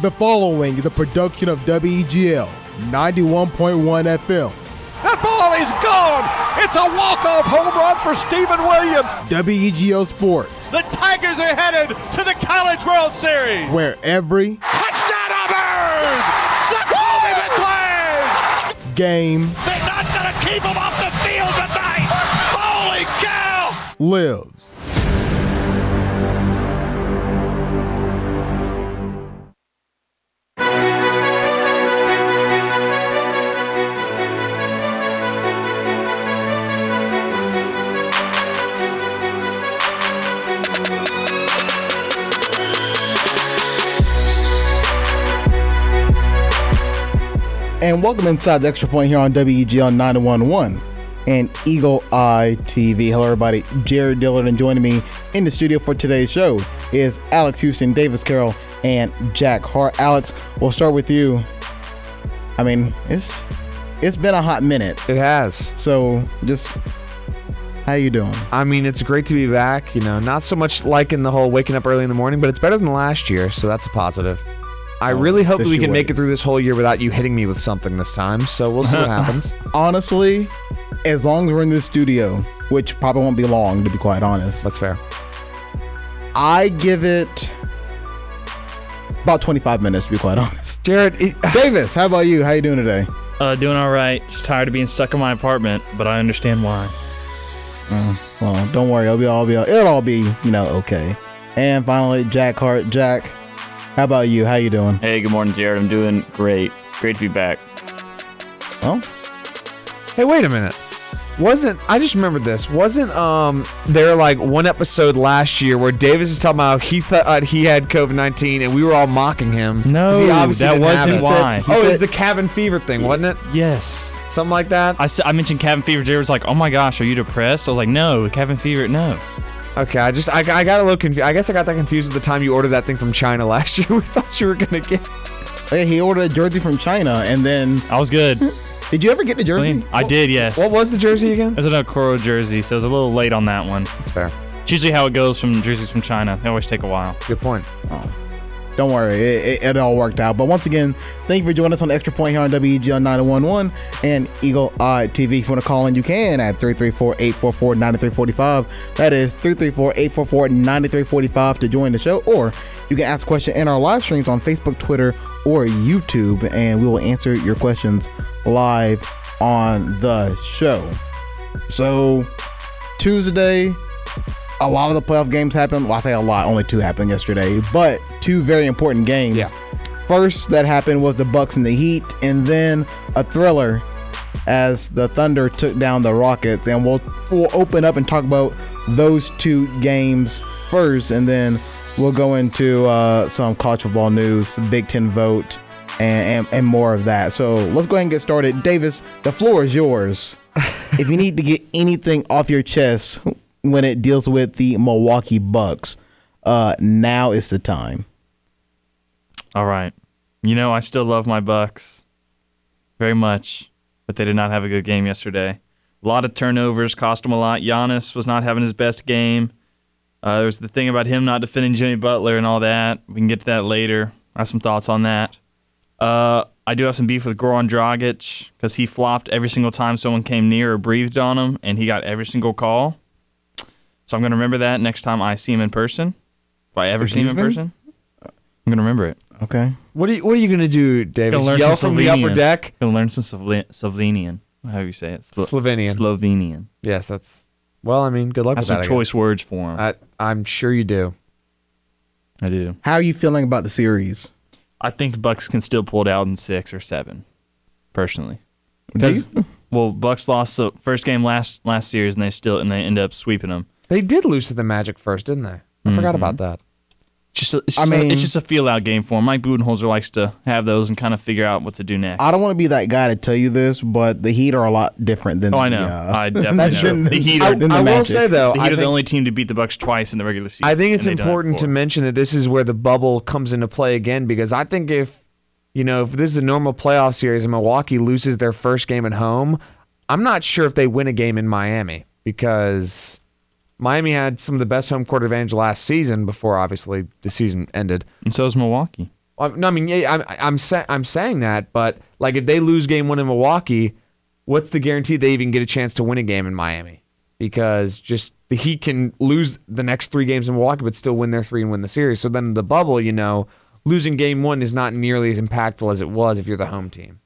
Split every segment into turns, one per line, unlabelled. The following is a production of E WEGL 91.1 FM,
That ball is gone. It's a walk-off home run for Stephen Williams.
WEGL E Sports,
The Tigers are headed to the College World Series.
where every
Touchdown Auburn! Jacoby McClain!
game
They're not going to keep him off the field tonight. Holy cow!
lives. And welcome inside the extra point here on WEGL 911 and Eagle Eye TV. Hello, everybody. Jared Dillard, and joining me in the studio for today's show is Alex Houston, Davis Carroll, and Jack Hart. Alex, we'll start with you. I mean, it's it's been a hot minute,
It has.
so just how you doing?
I mean, it's great to be back. You know, not so much liking the whole waking up early in the morning, but it's better than last year, so that's a positive. I really hope
this
that we
you
can make
wait.
it through this whole year without you hitting me with something this time. So we'll see what happens.
Honestly, as long as we're in this studio, which probably won't be long, to be quite honest,
That's fair.
I give it about 25 minutes, to be quite honest.
Jared, it,
Davis, how about you? How you doing today?
Uh, doing all right. Just tired of being stuck in my apartment, but I understand why.
Well, don't worry, it'll be all be it'll all be you know okay. And finally, Jack Hart. Jack, how about you? How you doing?
Hey, good morning, Jared. I'm doing great. Great to be back.
Well,
hey, wait a minute. Wasn't I just remembered this? Wasn't um there like one episode last year where Davis is talking about how he thought uh, he had COVID nineteen and we were all mocking him? 'cause he
No,
obviously
that
didn't have it.
wasn't why.
Oh, it was the cabin fever thing, wasn't it?
Yes.
Something like that.
I, s- I mentioned cabin fever. Jared was like, oh my gosh, are you depressed? I was like, no, cabin fever, no.
Okay, I just I, I got a little confused. I guess I got that confused with the time you ordered that thing from China last year. We thought you were gonna get.
hey, he ordered a jersey from China, and then
I was good.
did you ever get the jersey?
I did, yes.
What was the jersey again?
There's an Okoro jersey, so I was a little late on that one.
That's fair.
It's usually how it goes from jerseys from China. They always take a while.
That's a good point.
Don't worry, it, it, it all worked out. But once again, thank you for joining us on Extra Point here on E WEGL 911 and Eagle Eye TV. If you want to call in, you can at 334 844 9345. That is 334 844 9345 to join the show. Or you can ask a question in our live streams on Facebook, Twitter, or YouTube, and we will answer your questions live on the show. So, Tuesday, a lot of the playoff games happened. Well, I say a lot, only two happened yesterday, but two very important games.
Yeah.
First that happened was the Bucks and the Heat, and then a thriller as the Thunder took down the Rockets. And we'll we'll open up and talk about those two games first, and then we'll go into uh, some college football news, Big Ten vote, and, and and more of that. So let's go ahead and get started. Davis, the floor is yours if you need to get anything off your chest when it deals with the Milwaukee Bucks, uh, now is the time.
All right. You know, I still love my Bucks very much, but they did not have a good game yesterday. A lot of turnovers cost them a lot. Giannis was not having his best game. Uh, there was the thing about him not defending Jimmy Butler and all that. We can get to that later. I have some thoughts on that. Uh, I do have some beef with Goran Dragic because he flopped every single time someone came near or breathed on him, and he got every single call. So I'm going to remember that next time I see him in person. If I ever see him in
Excuse me?
person, I'm going to remember it.
Okay.
What are you What are you gonna do, David?
Gonna learn
Yell
some
from the upper
Slovenian.
deck.
Gonna learn some Slovenian. Slovenian. How do you say it? Slo-
Slovenian.
Slovenian.
yes, that's. Well, I mean, good luck
I have
with that.
some
I
choice words for him. I,
guess. I, I'm sure you do.
do.
How are you feeling about the series?
I think Bucks can still pull it out in six or seven, personally.
Do you?
'Cause- well, Bucks lost the first game last last series, and they still and they end up sweeping them.
They did lose to the Magic first, didn't they? I
Mm-hmm.
forgot about that.
Just a, it's
I
just, a,
mean-
it's just a feel out game for him. Mike Budenholzer likes to have those and kind of figure out what to do next.
I don't want to be that guy to tell you this, but the Heat are a lot different than
oh,
the,
I know.
uh,
I definitely
than
know. The Heat
I-
are,
I,
Then the
I will
Magic.
say though,
the,
I
heat are the
think-
only team to beat the Bucks twice in the regular season.
I think it's
and they've done it
important to
before.
mention that this is where the bubble comes into play again because I think if you know if this is a normal playoff series and Milwaukee loses their first game at home, I'm not sure if they win a game in Miami because Miami had some of the best home court advantage last season before obviously the season ended.
And so is Milwaukee.
I'm- No, I mean, yeah, I'm I'm sa- I'm saying that, but like if they lose game one in Milwaukee, what's the guarantee they even get a chance to win a game in Miami? Because just the Heat can lose the next three games in Milwaukee, but still win their three and win the series. So then the bubble, you know, losing game one is not nearly as impactful as it was if you're the home team.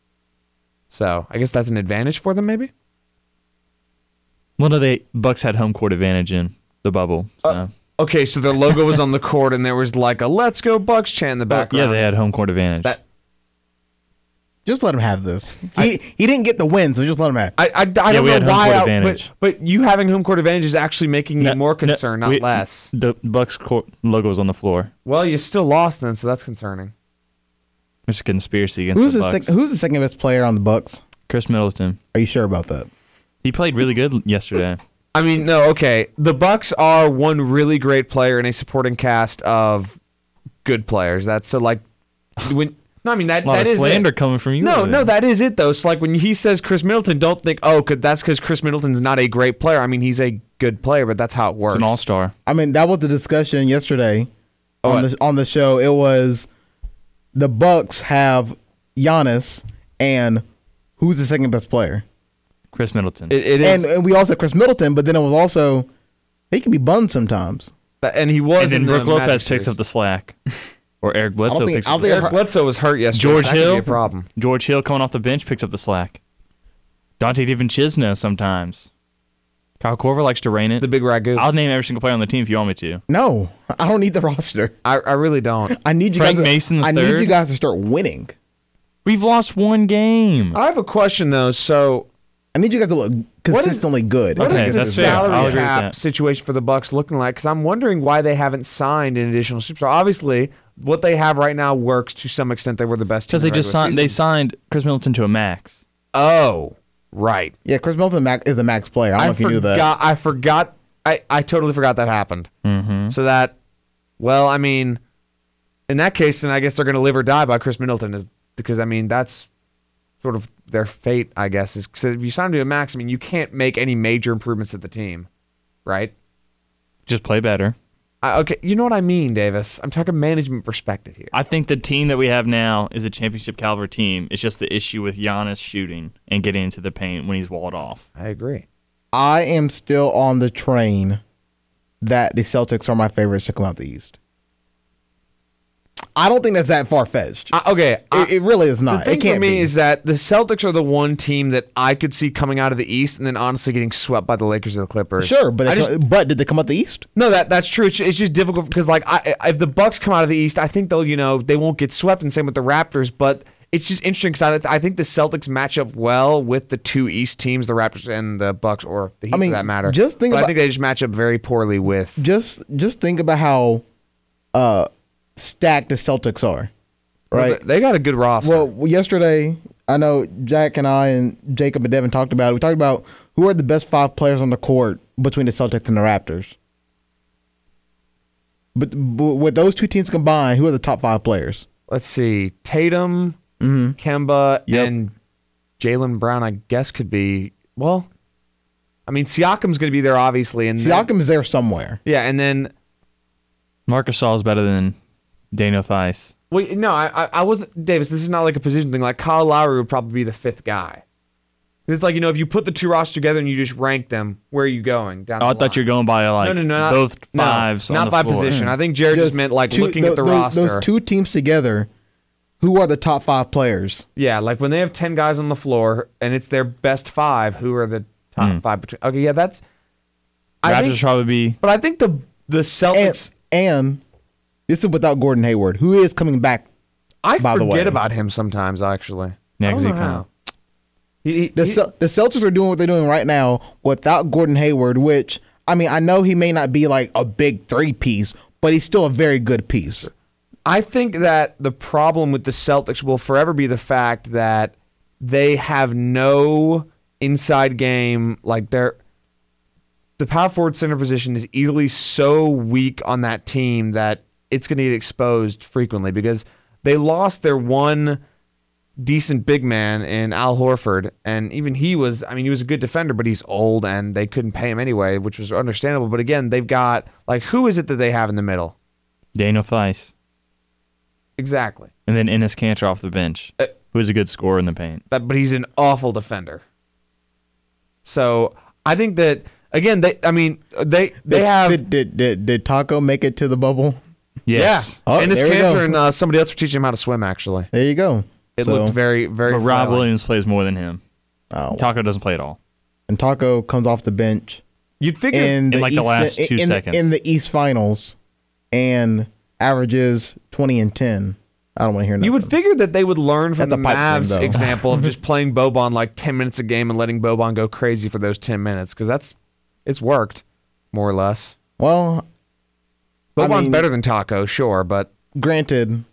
So I guess that's an advantage for them, maybe.
Well, no, they Bucks had home court advantage in the bubble. So.
Uh, Okay, so their logo was on the court, and there was like a "Let's go Bucks" chant in the
But, yeah,
background.
they had home court advantage.
That-
Just let him have this. He he didn't get the win, so just let him have. It.
I, I, I don't
Yeah, we
know
had home
why,
court
I-
advantage.
But, but you having home court advantage is actually making
No,
me more
no,
concerned, not
we-
less.
The Bucks court logo was on the floor.
Well, you still lost then, so that's concerning.
It's a conspiracy against
Who's
the
the
Bucks.
sec- who's the second best player on the Bucks?
Chris Middleton.
Are you sure about that?
He played really good yesterday.
I mean, no, okay. The Bucks are one really great player in a supporting cast of good players. That's so like when. No, I mean that.
A lot
that
of
is it.
slander coming from you.
No,
over
no,
there.
that is it though. So like when he says Chris Middleton, don't think oh, 'cause that's because Chris Middleton's not a great player. I mean, he's a good player, but that's how it works.
it's an all star.
I mean, that was the discussion yesterday on
Oh,
What?
the on the show. It was the Bucks have Giannis and who's the second best player?
Chris Middleton.
It, it is,
And,
and,
and we also had Chris Middleton, but then it was also he can be bunned sometimes.
he
and
was.
then
in
Brooke
the
Lopez
Magic
picks
series.
up the slack, or Eric
I
Bledsoe
don't think
picks
I
up.
don't
The,
think
Eric Bledsoe was hurt yesterday.
George
so that could
Hill.
be a problem.
George Hill coming off the bench picks up the slack. Dante DiVincenzo sometimes. Kyle Corver likes to rein it.
The big ragu.
I'll name every single player on the team if you want me to.
no, I don't need the roster.
I, I really don't.
I need you
Frank
guys. To,
Mason the
I need
third?
you guys to start winning.
We've lost one game.
I have a question though. So,
I need you guys to look
is-
consistently good.
what is
Okay,
the
that's fair. I'll
salary
agree with
cap
that.
situation for the Bucks looking like? Because I'm wondering why they haven't signed an additional superstar. Obviously, what they have right now works to some extent. They were the best team.
Because
in
they
the
just
regular
signed, they
season.
signed Chris Middleton to a max.
Oh, right.
Yeah, Chris Middleton mac- is a max player. I don't
I
know if you knew that.
forgot. I forgot. I I totally forgot that happened.
Mm-hmm.
So that, well, I mean, in that case, then I guess they're going to live or die by Chris Middleton, is because I mean that's sort of their fate, I guess. Is 'cause if you sign him to a max, I mean you can't make any major improvements at the team, right?
Just play better.
I, okay, you know what I mean, Davis. I'm talking management perspective here.
I think the team that we have now is a championship caliber team. It's just the issue with Giannis shooting and getting into the paint when he's walled off.
I agree.
I am still on the train that the Celtics are my favorites to come out the East. I don't think that's that far fetched.
I, okay, I-
It, it really is
the
not.
thing
it can't
for me
be.
is that the Celtics are the one team that I could see coming out of the East and then honestly getting swept by the Lakers and the Clippers.
sure, but
I
it's-
just
but did they come out the East?
No, that that's true. It's, it's just difficult because like I, I- if the Bucks come out of the East, I think they'll you know they won't get swept, and same with the Raptors. But it's just interesting because I, I think the Celtics match up well with the two East teams, the Raptors and the Bucks, or the Heat
mean,
for that matter.
just think
but I
about-
think they just match up very poorly with.
Just just think about how uh, stacked the Celtics are. Right.
They got a good roster.
Well, yesterday, I know Jack and I and Jacob and Devin talked about it. We talked about who are the best five players on the court between the Celtics and the Raptors. But, but with those two teams combined, who are the top five players?
Let's see, Tatum, Kemba,
Mm-hmm. Yep.
and Jalen Brown. I guess could be well. I mean, Siakam's going to be there obviously, and then-
Siakam is there somewhere.
yeah, and then
Marcus Saul is better than Daniel Theis.
Well, no, I, I, I wasn't. Davis, this is not like a position thing. Like Kyle Lowry would probably be the fifth guy. It's like you know, if you put the two rosters together and you just rank them, where are you going down?
Oh,
the
I thought you
line?
were going by like
no, no, no, not-
both
no,
fives. on
not
the
by
floor. Hmm.
position. I think Jared just, meant like
two-
looking
tho-
at the
tho-
roster.
Those two teams together, who are the top five players?
yeah, like when they have ten guys on the floor and it's their best five, who are the top five between? Okay, yeah, that's. I
Hmm. Raptors
think,
would probably be
but I think the the
And,
Celtics.
and this is without Gordon Hayward, who is coming back.
I
by the
forget
way.
about him sometimes. Actually,
Yeah,
I don't
'cause he
know
kinda-
how. He, he-
The,
he-
Cel- the Celtics are doing what they're doing right now without Gordon Hayward, which, I mean, I know he may not be like a big three piece, but he's still a very good piece.
I think that the problem with the Celtics will forever be the fact that they have no inside game. Like they're the power forward center position is easily so weak on that team that it's going to get exposed frequently because they lost their one decent big man in Al Horford, and even he was. I mean, he was a good defender, but he's old, and they couldn't pay him anyway, which was understandable. But again, they've got like who is it that they have in the middle?
Daniel Theis.
Exactly.
And then Ennis Cantor off the bench,
Uh,
who is a good scorer in the paint.
that, but he's an awful defender. So I think that again, they I mean they they
Did-
have
did, did, did, did Taco make it to the bubble?
Yes.
yeah,
Oh,
and this
there we go.
cancer and uh, somebody else were teaching him how to swim. Actually,
There you go.
it
So-
looked very very.
But Rob
flailing.
Williams plays more than him.
Oh,
Taco doesn't play at all.
and Taco comes off the bench
You'd figure
in the
like the
East,
last two
in, in-
seconds.
in the East Finals, and averages twenty and ten. I don't want to hear nothing.
you would figure that they would learn from
That's
the
a pipe dream,
Mavs
though.
example of just playing Boban like ten minutes a game and letting Boban go crazy for those ten minutes because that's it's worked more or less.
well, I
Boban's
mean-
better than Taco, sure, but
granted,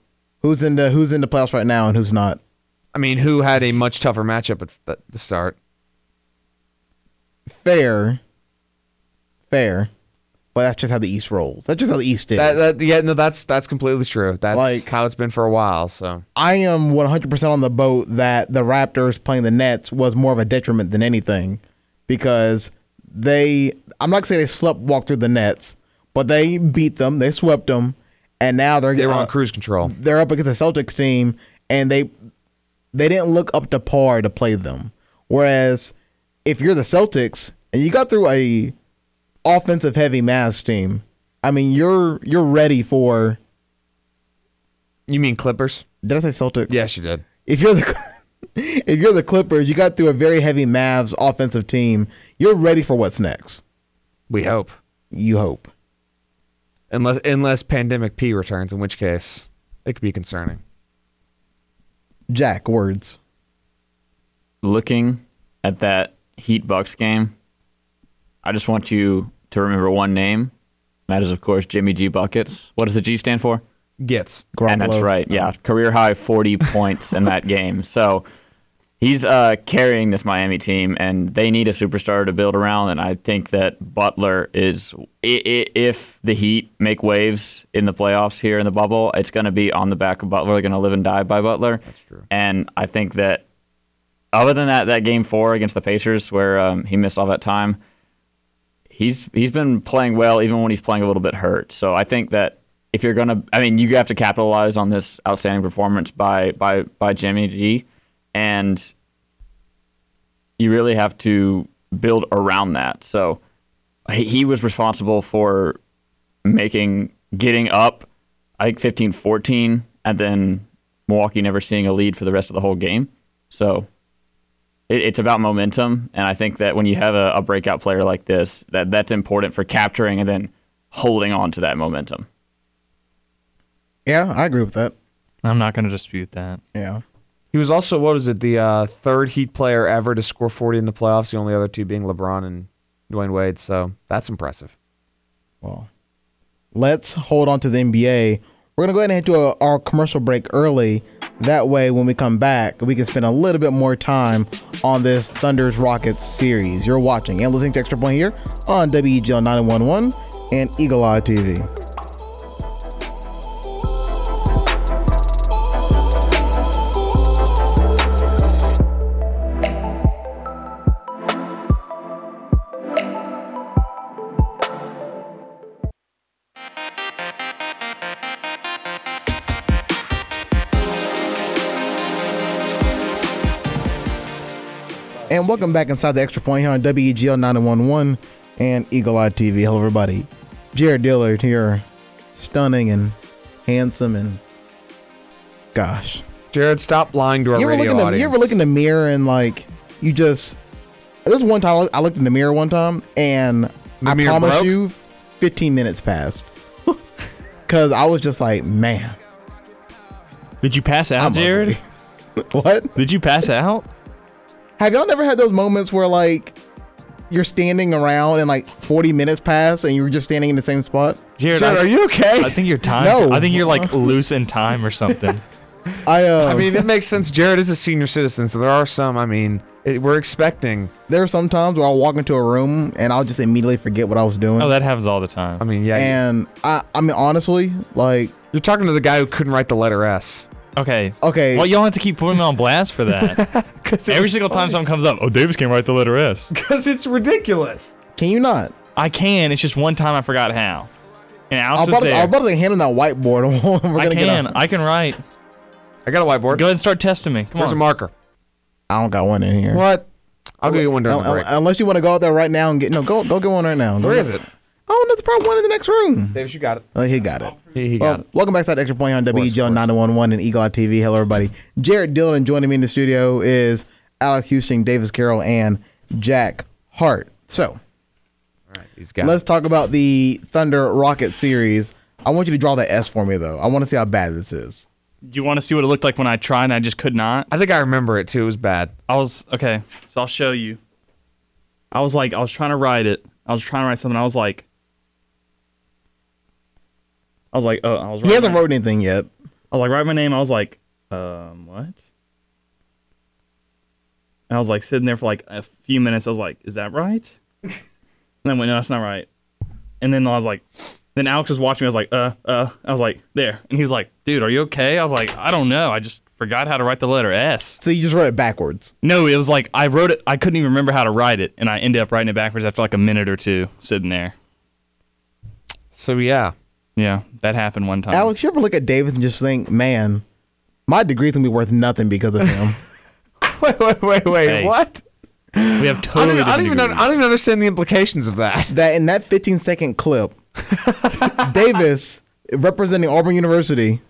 who's in the who's in the playoffs right now and who's not?
I mean, who had a much tougher matchup at the- the start?
Fair, fair, but that's just how the East rolls. That's just how the East is.
That, that, yeah, no, that's that's completely true. That's
Like-
how it's been for a while. So
I am 100% on the boat that the Raptors playing the Nets was more of a detriment than anything because they, I'm not going to say they slept walk through the Nets, but they beat them, they swept them, and now they're
they were on
uh,
cruise control.
they're up against the Celtics team and they they didn't look up to par to play them. Whereas if you're the Celtics and you got through a offensive heavy Mavs team, I mean you're you're ready for
You mean Clippers?
did I say Celtics?
Yes, you did.
if you're the if you're the Clippers, you got through a very heavy Mavs offensive team. You're ready for what's next.
We hope,
You hope.
unless unless pandemic P returns, in which case it could be concerning.
Jack words.
Looking at that Heat Bucks game, I just want you to remember one name. and That is, of course, Jimmy G Buckets. What does the G stand for?
Gets
And that's
Garoppolo.
right. Yeah, career high 40 points in that game. So he's uh, carrying this Miami team, and they need a superstar to build around. And I think that Butler is, i- i- if the Heat make waves in the playoffs here in the bubble, it's going to be on the back of Butler. They're going to live and die by Butler. That's
true.
And I think that other than that, that game four against the Pacers where um, he missed all that time, he's he's been playing well even when he's playing a little bit hurt. So I think that if you're gonna, I mean, you have to capitalize on this outstanding performance by by by Jimmy G, and you really have to build around that. So he, he was responsible for making getting up, I think 15-14, and then Milwaukee never seeing a lead for the rest of the whole game. So it, it's about momentum, and I think that when you have a, a breakout player like this, that that's important for capturing and then holding on to that momentum.
Yeah, I agree with that.
I'm not going to dispute that.
Yeah.
He was also what was it the uh, third Heat player ever to score forty in the playoffs? The only other two being LeBron and Dwayne Wade. So that's impressive.
Well, let's hold on to the NBA. We're gonna go ahead and do a, our commercial break early. That way, when we come back, we can spend a little bit more time on this Thunder's Rockets series. You're watching and listening to Extra Point here on E WEGL 911 and Eagle Eye TV. And welcome back inside the Extra Point here on E WEGL 911 and Eagle Eye TV. Hello, everybody. Jared Dillard here, stunning and handsome and gosh.
Jared, stop lying to our
you ever, look
radio
in the,
audience.
you ever look in the mirror and like you just there's one time I look- I looked in the mirror one time and
The
I
mirror
promise
broke?
you 15 minutes passed because I was just like man
Did you pass out,
I'm
Jared?
ugly. what
Did you pass out?
have y'all never had those moments where like you're standing around and like 40 minutes pass and you're just standing in the same spot
Jared,
Jared,
I,
are you okay?
I think you're time.
No.
I think you're like loose in time or something.
I uh,
I mean, it makes sense. Jared is a senior citizen, so there are some. I mean, it, we're expecting.
there are some times where I'll walk into a room and I'll just immediately forget what I was doing
oh, that happens all the time.
I mean, yeah,
and I I mean honestly like
you're talking to the guy who couldn't write the letter S.
Okay.
okay
Well, y'all have to keep putting me on blast for that. Every single time something comes up, oh, Davis can write the letter S.
because it's ridiculous.
can you not
I can. It's just one time I forgot how. And
I
Alex
was,
was
about to, I was
there.
about to hand him that whiteboard. We're gonna
I
Get
can.
a-
I can write.
I got a whiteboard.
Go ahead and start testing me. Come
Where's a
on.
marker?
I don't got one in here.
What? I'll give you one during
Un-
the break.
un- Unless you want to go out there right now and get no, go go get one right now.
Where is it?
Oh, that's probably one in the next room.
Davis, you got it.
Oh, he got it.
He, he
Well,
got it.
welcome back to that extra point on WEGL 911 and Eagle Eye TV. Hello, everybody. Jared Dillon joining me in the studio is Alec Houston, Davis Carroll, and Jack Hart. So
He's got
let's
it.
talk about the Thunder Rocket series. I want you to draw that S for me, though. I want to see how bad this is.
Do you want to see what it looked like when I tried and I just could not?
I think I remember it too. It was bad.
I was okay, so I'll show you. I was like, I was trying to write it. I was trying to write something. I was like, I was like, oh, I was.
He
Writing
hasn't wrote anything yet.
I was like, write my name. I was like, um, what? And I was like sitting there for like a few minutes. I was like, is that right? and then went, no, that's not right. And then I was like, then Alex was watching me. I was like, uh, uh. I was like, there. And he was like, dude, are you okay? I was like, I don't know. I just forgot how to write the letter S.
So you just wrote it backwards.
No, it was like I wrote it. I couldn't even remember how to write it, and I ended up writing it backwards after like a minute or two sitting there.
So yeah.
Yeah, that happened one time.
Alex, you ever look at Davis and just think, man, my degree's gonna be worth nothing because of him?
Wait, wait, wait, wait.
Hey.
What?
we have
I
totally.
don't, I don't even.
different
know- I
degrees.
don't even understand the implications of that.
that in that 15 second clip, Davis representing Auburn University,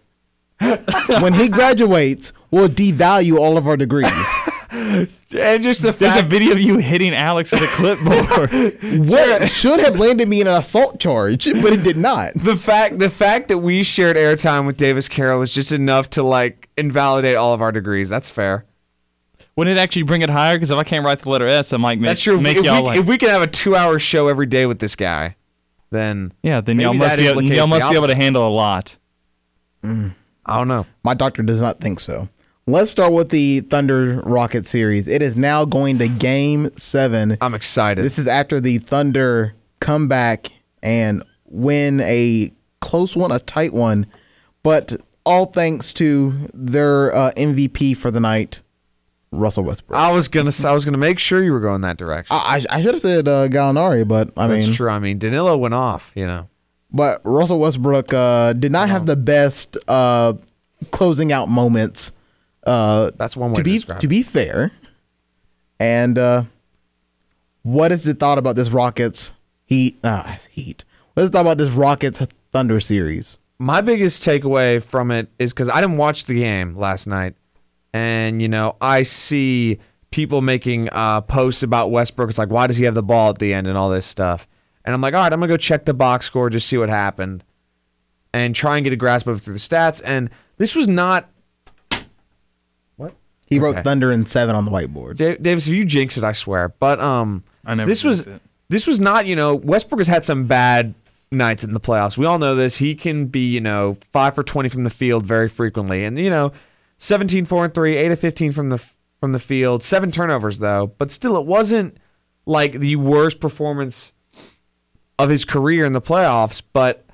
when he graduates, will devalue all of our degrees.
And just the
There's a
fact.
video of you hitting Alex with a clipboard.
what should have landed me in an assault charge, but it did not.
the fact the fact that we shared airtime with Davis Carroll is just enough to like invalidate all of our degrees. That's fair.
Wouldn't it actually bring it higher? Because if I can't write the letter S, I might make,
That's true.
make
if,
y'all
we,
like.
if we can have a two-hour show every day with this guy, then
yeah, then y'all
maybe
must
that
be able,
implicates
y'all
the
must be able to
opposite.
handle a lot.
I don't know.
My doctor does not think so. Let's start with the Thunder Rocket series. It is now going to game seven.
I'm excited.
This is after the Thunder come back and win a close one, a tight one, but all thanks to their uh, MVP for the night, Russell Westbrook. I,
I was gonna. I was gonna make sure you were going that direction.
I, I should have said uh, Gallinari, but I
That's
mean,
true. I mean, Danilo went off. You know.
but Russell Westbrook uh, did not have the best uh, closing out moments. Uh,
That's one way
to
to
be
describe
to
it.
be fair. And uh, what is the thought about this Rockets Heat? Uh, heat. What is the thought about this Rockets Thunder series?
my biggest takeaway from it is because I didn't watch the game last night, and you know I see people making uh, posts about Westbrook. It's like, why does he have the ball at the end and all this stuff? And I'm like, all right, I'm gonna go check the box score, just see what happened, and try and get a grasp of it through the stats. And this was not. What?
He wrote
Okay.
Thunder and seven on the whiteboard.
Da- Davis, if you jinx it, I swear. But um,
I never
this was
jinx it.
this was not you know Westbrook has had some bad nights in the playoffs. We all know this. He can be you know five for twenty from the field very frequently, and you know 17, 4 and three, eight of fifteen from the f- from the field, seven turnovers though. But still, it wasn't like the worst performance of his career in the playoffs, but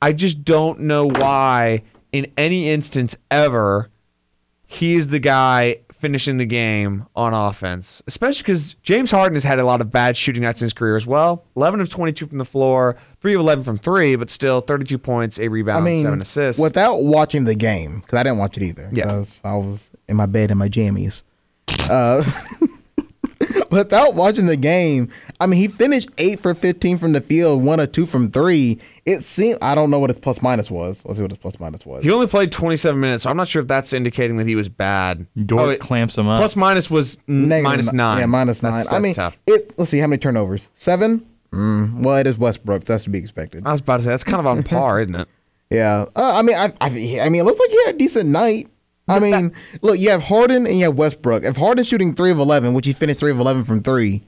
I just don't know why in any instance ever he is the guy finishing the game on offense, especially because James Harden has had a lot of bad shooting nights in his career as well. 11 of 22 from the floor, 3 of 11 from 3, but still 32 points, 8
I
rebounds,
mean,
7 assists.
without watching the game because I didn't watch it either.
Yeah.
'cause I was in my bed in my jammies. Uh, without watching the game, I mean, he finished eight for fifteen from the field, one or two from three. It seemed I don't know what his plus minus was. Let's see what his plus minus was.
he only played 27 minutes, so I'm not sure if that's indicating that he was bad.
Dort
wait.
clamps him up.
Oh, Plus minus was n-
Negative
minus
ni-
9.
Yeah, minus nine.
That's,
I
that's
mean,
tough.
It, let's see how many turnovers. Seven. Mm, well, it is Westbrook. So that's to be expected.
I was about to say, that's kind of on par, isn't it?
yeah. Uh, I mean, I, I, I mean, it looks like he had a decent night. I mean, look, you have Harden and you have Westbrook. If Harden's shooting three of eleven, which he finished three of eleven from three,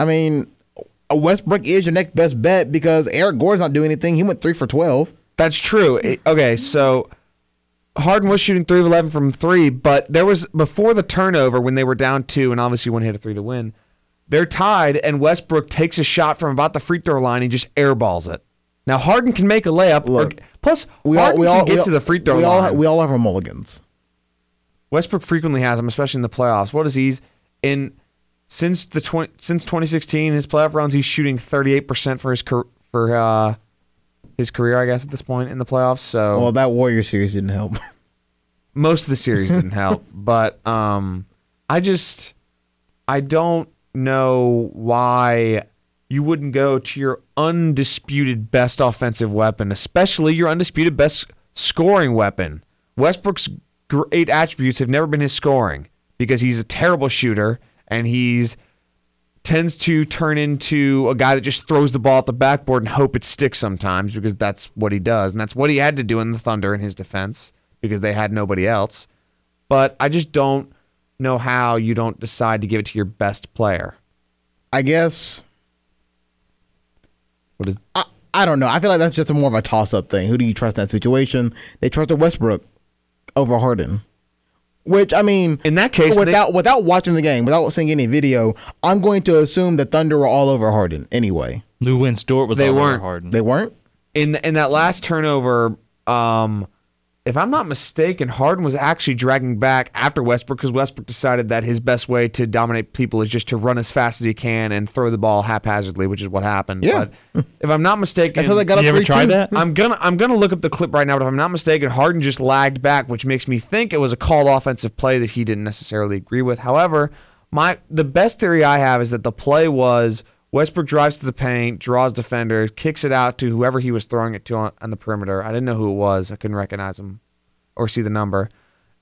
I mean, Westbrook is your next best bet because Eric Gordon's not doing anything. He went three for twelve.
That's true. It- okay, so Harden was shooting three of eleven from three, but there was before the turnover when they were down two, and obviously one hit a three to win. They're tied, and Westbrook takes a shot from about the free throw line and just airballs it. Now Harden can make a layup. or-
Look,
plus,
We all,
Harden
we all
can get
we all-
to the free throw
we
line.
All, we all have our mulligans.
Westbrook frequently has them, especially in the playoffs. What is he's in since the 20, since 2016 his playoff rounds? He's shooting 38 percent for his car- for uh, his career, I guess, at this point in the playoffs. So
Well, that Warrior series didn't help.
most of the series didn't help, but um, I just I don't know why you wouldn't go to your undisputed best offensive weapon, especially your undisputed best scoring weapon. Westbrook's great attributes have never been his scoring because he's a terrible shooter and he's tends to turn into a guy that just throws the ball at the backboard and hope it sticks sometimes because that's what he does. And that's what he had to do in the Thunder in his defense because they had nobody else. But I just don't know how you don't decide to give it to your best player.
I guess
What is
I, I don't know. I feel like that's just a more of a toss up thing. Who do you trust in that situation? They trusted Westbrook over Harden. Which I mean,
In that case, they-
without without watching the game, without seeing any video, I'm going to assume the Thunder were all over Harden anyway.
Lou Win Dort was
They
all over
weren't.
Harden.
They weren't.
in in that last turnover? Um, if I'm not mistaken, Harden was actually dragging back after Westbrook because Westbrook decided that his best way to dominate people is just to run as fast as he can and throw the ball haphazardly, which is what happened.
Yeah.
But if I'm not mistaken,
That's how they got up
you ever
three
tried
two.
that?
I'm gonna I'm gonna look up the clip right now, but if I'm not mistaken, Harden just lagged back, which makes me think it was a called offensive play that he didn't necessarily agree with. However, my the best theory I have is that the play was Westbrook drives to the paint, draws defenders, kicks it out to whoever he was throwing it to on, on the perimeter. I didn't know who it was. I couldn't recognize him or see the number.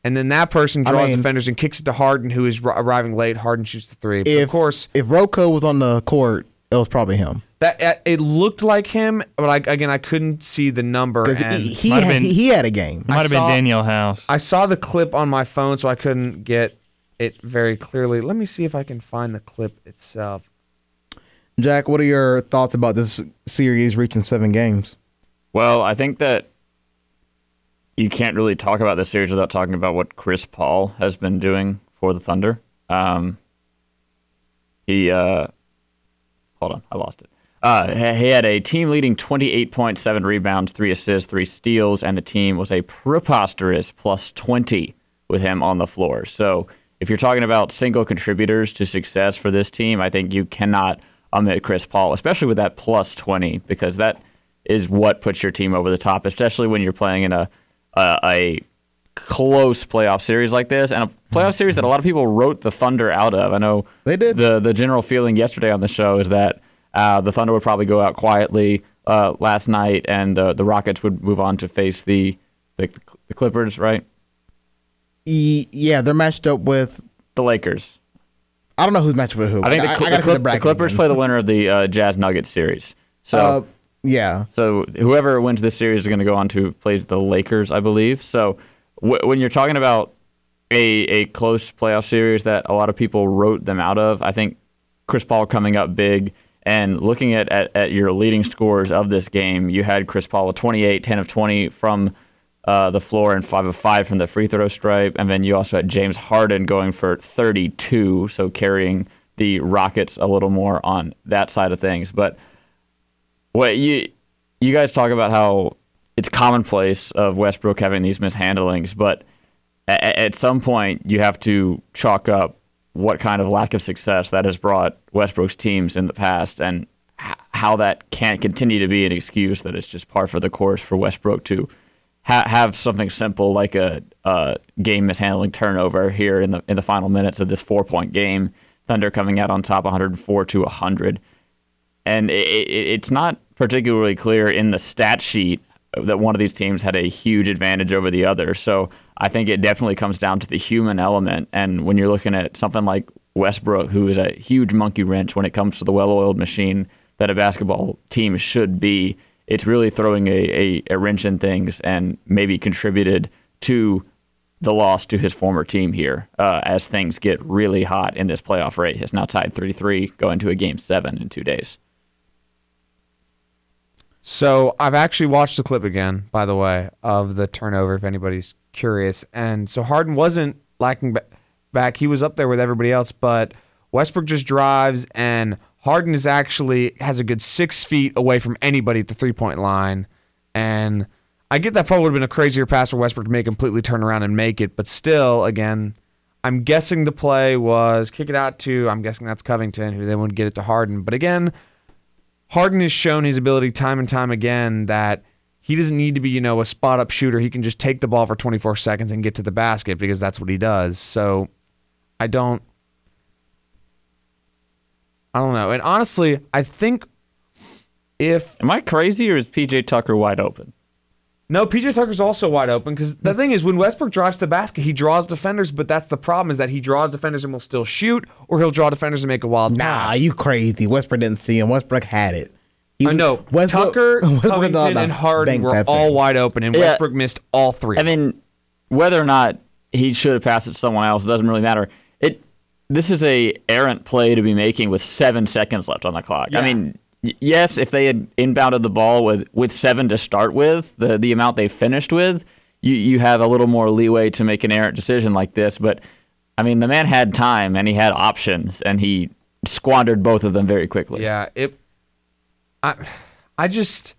And then that person draws
mean-
defenders and kicks it to Harden, who is r- arriving late. Harden shoots the three. But
If,
of course,
if Rocco was on the court, it was probably him
that it- it looked like him, but I, again, I couldn't see the number.
because
and-
he, he,
Might have
had-
been-
he had a game.
Might have
saw-
been Danielle House.
I saw the clip on my phone, so I couldn't get it very clearly. Let me see if I can find the clip itself.
Jack, what are your thoughts about this series reaching seven games?
Well, I think that you can't really talk about this series without talking about what Chris Paul has been doing for the Thunder. Um, he, uh, hold on, I lost it. Uh, he he had a team leading 28.7 rebounds, three assists, three steals, and the team was a preposterous plus 20 with him on the floor. So, if you're talking about single contributors to success for this team, I think you cannot omit Chris Paul, especially with that plus 20, because that is what puts your team over the top, especially when you're playing in a a, a close playoff series like this, and a playoff series that a lot of people wrote the Thunder out of. I know
They did.
The the general feeling yesterday on the show is that uh, the Thunder would probably go out quietly uh, last night, and uh, the Rockets would move on to face the the, the Clippers, right?
E- yeah, they're matched up with.
The Lakers.
I don't know who's matched up with who.
I think the, Cl-
gotta
the,
see
Clip- the
bracket
Clippers
again.
play the winner of the uh, Jazz Nuggets series. So.
Uh, yeah.
So whoever wins this series is going to go on to play the Lakers, I believe. So wh- when you're talking about a a close playoff series that a lot of people wrote them out of, I think Chris Paul coming up big and looking at, at, at your leading scores of this game, you had Chris Paul with 28, 10 of 20 from uh, the floor and 5 of 5 from the free throw stripe. And then you also had James Harden going for 32, so carrying the Rockets a little more on that side of things. But what you you guys talk about how it's commonplace of Westbrook having these mishandlings, but at, at some point you have to chalk up what kind of lack of success that has brought Westbrook's teams in the past and h- how that can't continue to be an excuse that it's just par for the course for Westbrook to ha- have something simple like a, a game mishandling turnover here in the in the final minutes of this four point game. Thunder coming out on top 104 to 100 and it, it, it's not particularly clear in the stat sheet that one of these teams had a huge advantage over the other. So I think it definitely comes down to the human element. And when you're looking at something like Westbrook, who is a huge monkey wrench when it comes to the well-oiled machine that a basketball team should be, it's really throwing a, a, a wrench in things and maybe contributed to the loss to his former team here uh, as things get really hot in this playoff race. It's now tied 3 3, going to a game seven in two days.
So I've actually watched the clip again, by the way, of the turnover, if anybody's curious. And so Harden wasn't lacking ba- back. He was up there with everybody else, but Westbrook just drives, and Harden is actually has a good six feet away from anybody at the three point line. And I get that probably would have been a crazier pass for Westbrook to make completely turn around and make it, but still, again, I'm guessing the play was kick it out to, I'm guessing that's Covington, who then would get it to Harden. But again, Harden has shown his ability time and time again that he doesn't need to be, you know, a spot up shooter. He can just take the ball for 24 seconds and get to the basket because that's what he does. So I don't I don't know. And honestly, I think if
Am I crazy or is PJ Tucker wide open?
no, PJ Tucker's also wide open because the thing is, when Westbrook drives to the basket, he draws defenders. But that's the problem is that he draws defenders and will still shoot, or he'll draw defenders and make a wild
Nah,
pass.
you crazy. Westbrook didn't see him. Westbrook had it. He
I know.
Westbrook-
Tucker,
Westbrook
Covington,
thought that
and Harden
banked
were
that
all
thing.
wide open, and
Yeah.
Westbrook missed all three.
I mean, whether or not he should have passed it to someone else doesn't really matter. It this is a errant play to be making with seven seconds left on the clock. I mean, y- yes, if they had inbounded the ball with, with seven to start with, the the amount they finished with, you you have a little more leeway to make an errant decision like this. But I mean, the man had time and he had options and he squandered both of them very quickly.
yeah, it. I, I just.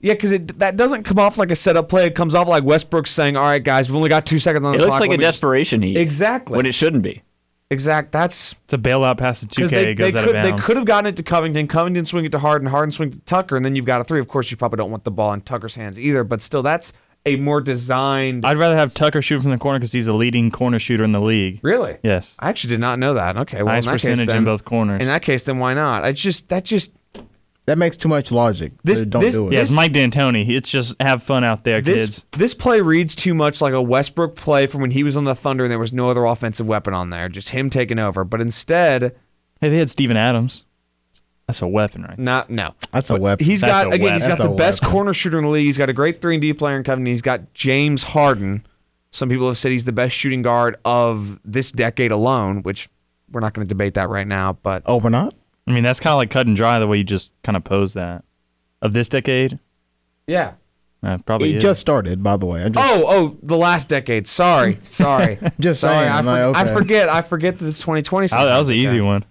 Yeah, because it that doesn't come off like a setup play. It comes off like Westbrook saying, "All right, guys, we've only got two seconds on
It
the
looks
clock."
like
Let
a
me just-"
desperation heat.
Exactly.
When it shouldn't be.
Exact. That's
It's a bailout pass to 2K.
Because they,
it goes
they
out
could
of
they
bounds.
could have gotten it to Covington. Covington swing it to Harden. Harden swing it to Tucker, and then you've got a three. Of course, you probably don't want the ball in Tucker's hands either. But still, that's a more designed.
I'd rather have Tucker shoot from the corner because he's the leading corner shooter in the league.
really?
Yes.
I actually did not know that. Okay, well,
Highest
in that
percentage
case, then,
in both corners.
In that case, then why not? I just that just
That makes too much logic.
This-
This, don't
this-
do it.
Yeah, it's Mike D'Antoni. It's just have fun out there,
this
kids.
this play reads too much like a Westbrook play from when he was on the Thunder and there was no other offensive weapon on there, just him taking over. But instead,
Hey, they had Steven Adams. That's a weapon, right?
not no.
That's a weapon.
He's
That's
got
a
again. He's
weapon.
got the
That's a
best
weapon.
corner shooter in the league. He's got a great three and D player in Covington. He's got James Harden. Some people have said he's the best shooting guard of this decade alone, which we're not going to debate that right now. But
oh, we're not?
I mean, that's kind of like cut and dry the way you just kind of pose that. Of this decade,
yeah.
uh, probably
It
is.
just started, by the way. I just,
Oh, oh, the last decade. Sorry, sorry,
Just
sorry.
saying,
I,
am I
I
okay?
forget. I forget that it's 2020.
Oh, that was an
sometimes,
easy
okay.
one.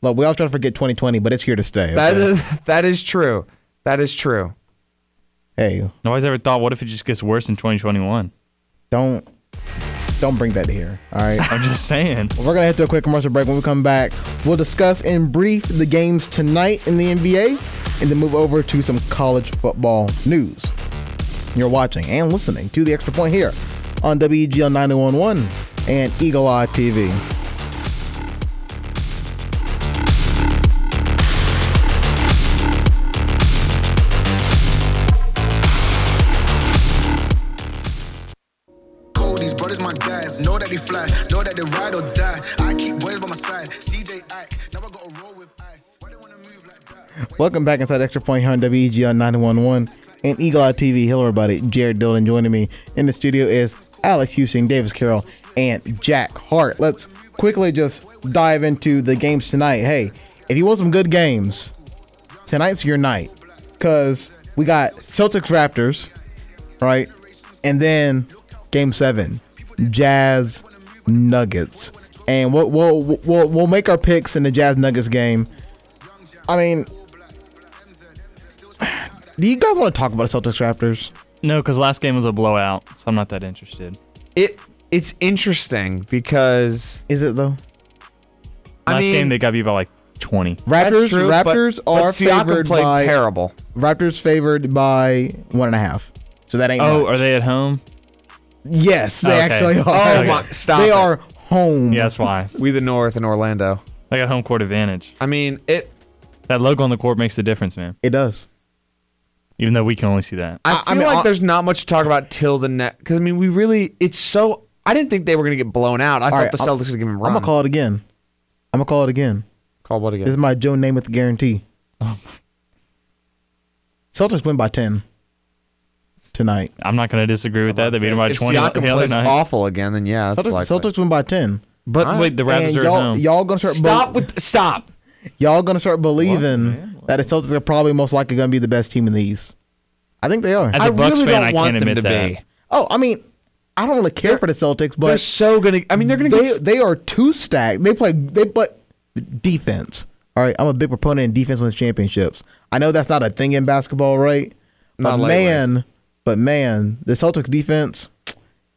Look, we all try to forget 2020, but it's here to stay.
Oh. That
okay?
is that is true. That is true.
hey,
Nobody's ever thought, what if it just gets worse in 2021?
don't don't bring that here. All right.
I'm just saying.
We're gonna head to a quick commercial break. When we come back, we'll discuss in brief the games tonight in the NBA, and then move over to some college football news. You're watching and listening to the Extra Point here on WGL 911 and Eagle Eye TV.
Cold, these brothers my guys. Know that they fly, know that they ride or die. I keep boys by my side. CJ Ike, never gotta roll with ice. Why they wanna move like that?
Welcome back inside Extra Point here on E WGL 911 and Eagle Eye TV. Hello, everybody. Jared Dillon joining me in the studio is Alex Houston, Davis Carroll, and Jack Hart. Let's quickly just dive into the games tonight. Hey, if you want some good games, tonight's your night because we got Celtics Raptors, right? And then game seven, Jazz Nuggets. And we'll, we'll, we'll, we'll make our picks in the Jazz Nuggets game. I mean, do you guys want to talk about the Celtics Raptors?
No, because last game was a blowout, so I'm not that interested.
It it's interesting because
Is it though?
I
Last
mean,
game, they got beat by like 20.
Raptors,
that's true, but-
Raptors
but
are
Siakam
favored
played
by
terrible.
Raptors favored by one and a half. So that ain't.
Oh,
much.
are they at home?
Yes, they
Okay.
actually are.
Oh
Okay.
my! Stop!
they
it.
are home.
Yeah, that's why.
We the North in Orlando.
They got home court advantage.
I mean, it.
That logo on the court makes the difference, man.
it does.
Even though we can only see that.
I,
I- I
feel
mean, uh,
like
I-
there's not much to talk about till the net because I mean, we really. It's so. I didn't think they were going to get blown out. I thought
right,
the
I'll-
Celtics would give them a
I'm
run.
gonna call it again. I'm gonna call it again.
Call what
This
again?
is my Joe Namath guarantee.
Oh
Celtics win by ten tonight.
I'm not going to disagree with that. They beat them by
if
20
Siakam
the other
plays
night.
awful again, then yeah, that's
Celtics,
likely.
Celtics win by ten.
But
All
wait, the Raptors
and
are at
y'all,
home.
y'all gonna start. bel-
Stop with stop.
y'all gonna start believing that the Celtics are probably most likely gonna be the best team in the East. I think they are.
As
I
a Bucks
really don't
fan, I
want
can't
them
admit
to
that.
be.
oh, I mean, I don't really care for the Celtics,
They're
but
so gonna. I mean, they're gonna
they
get.
they are too stacked. They play they play defense. All right, I'm a big proponent in defense wins championships. I know that's not a thing in basketball, right? But
Not lately.
man, but man, the Celtics defense,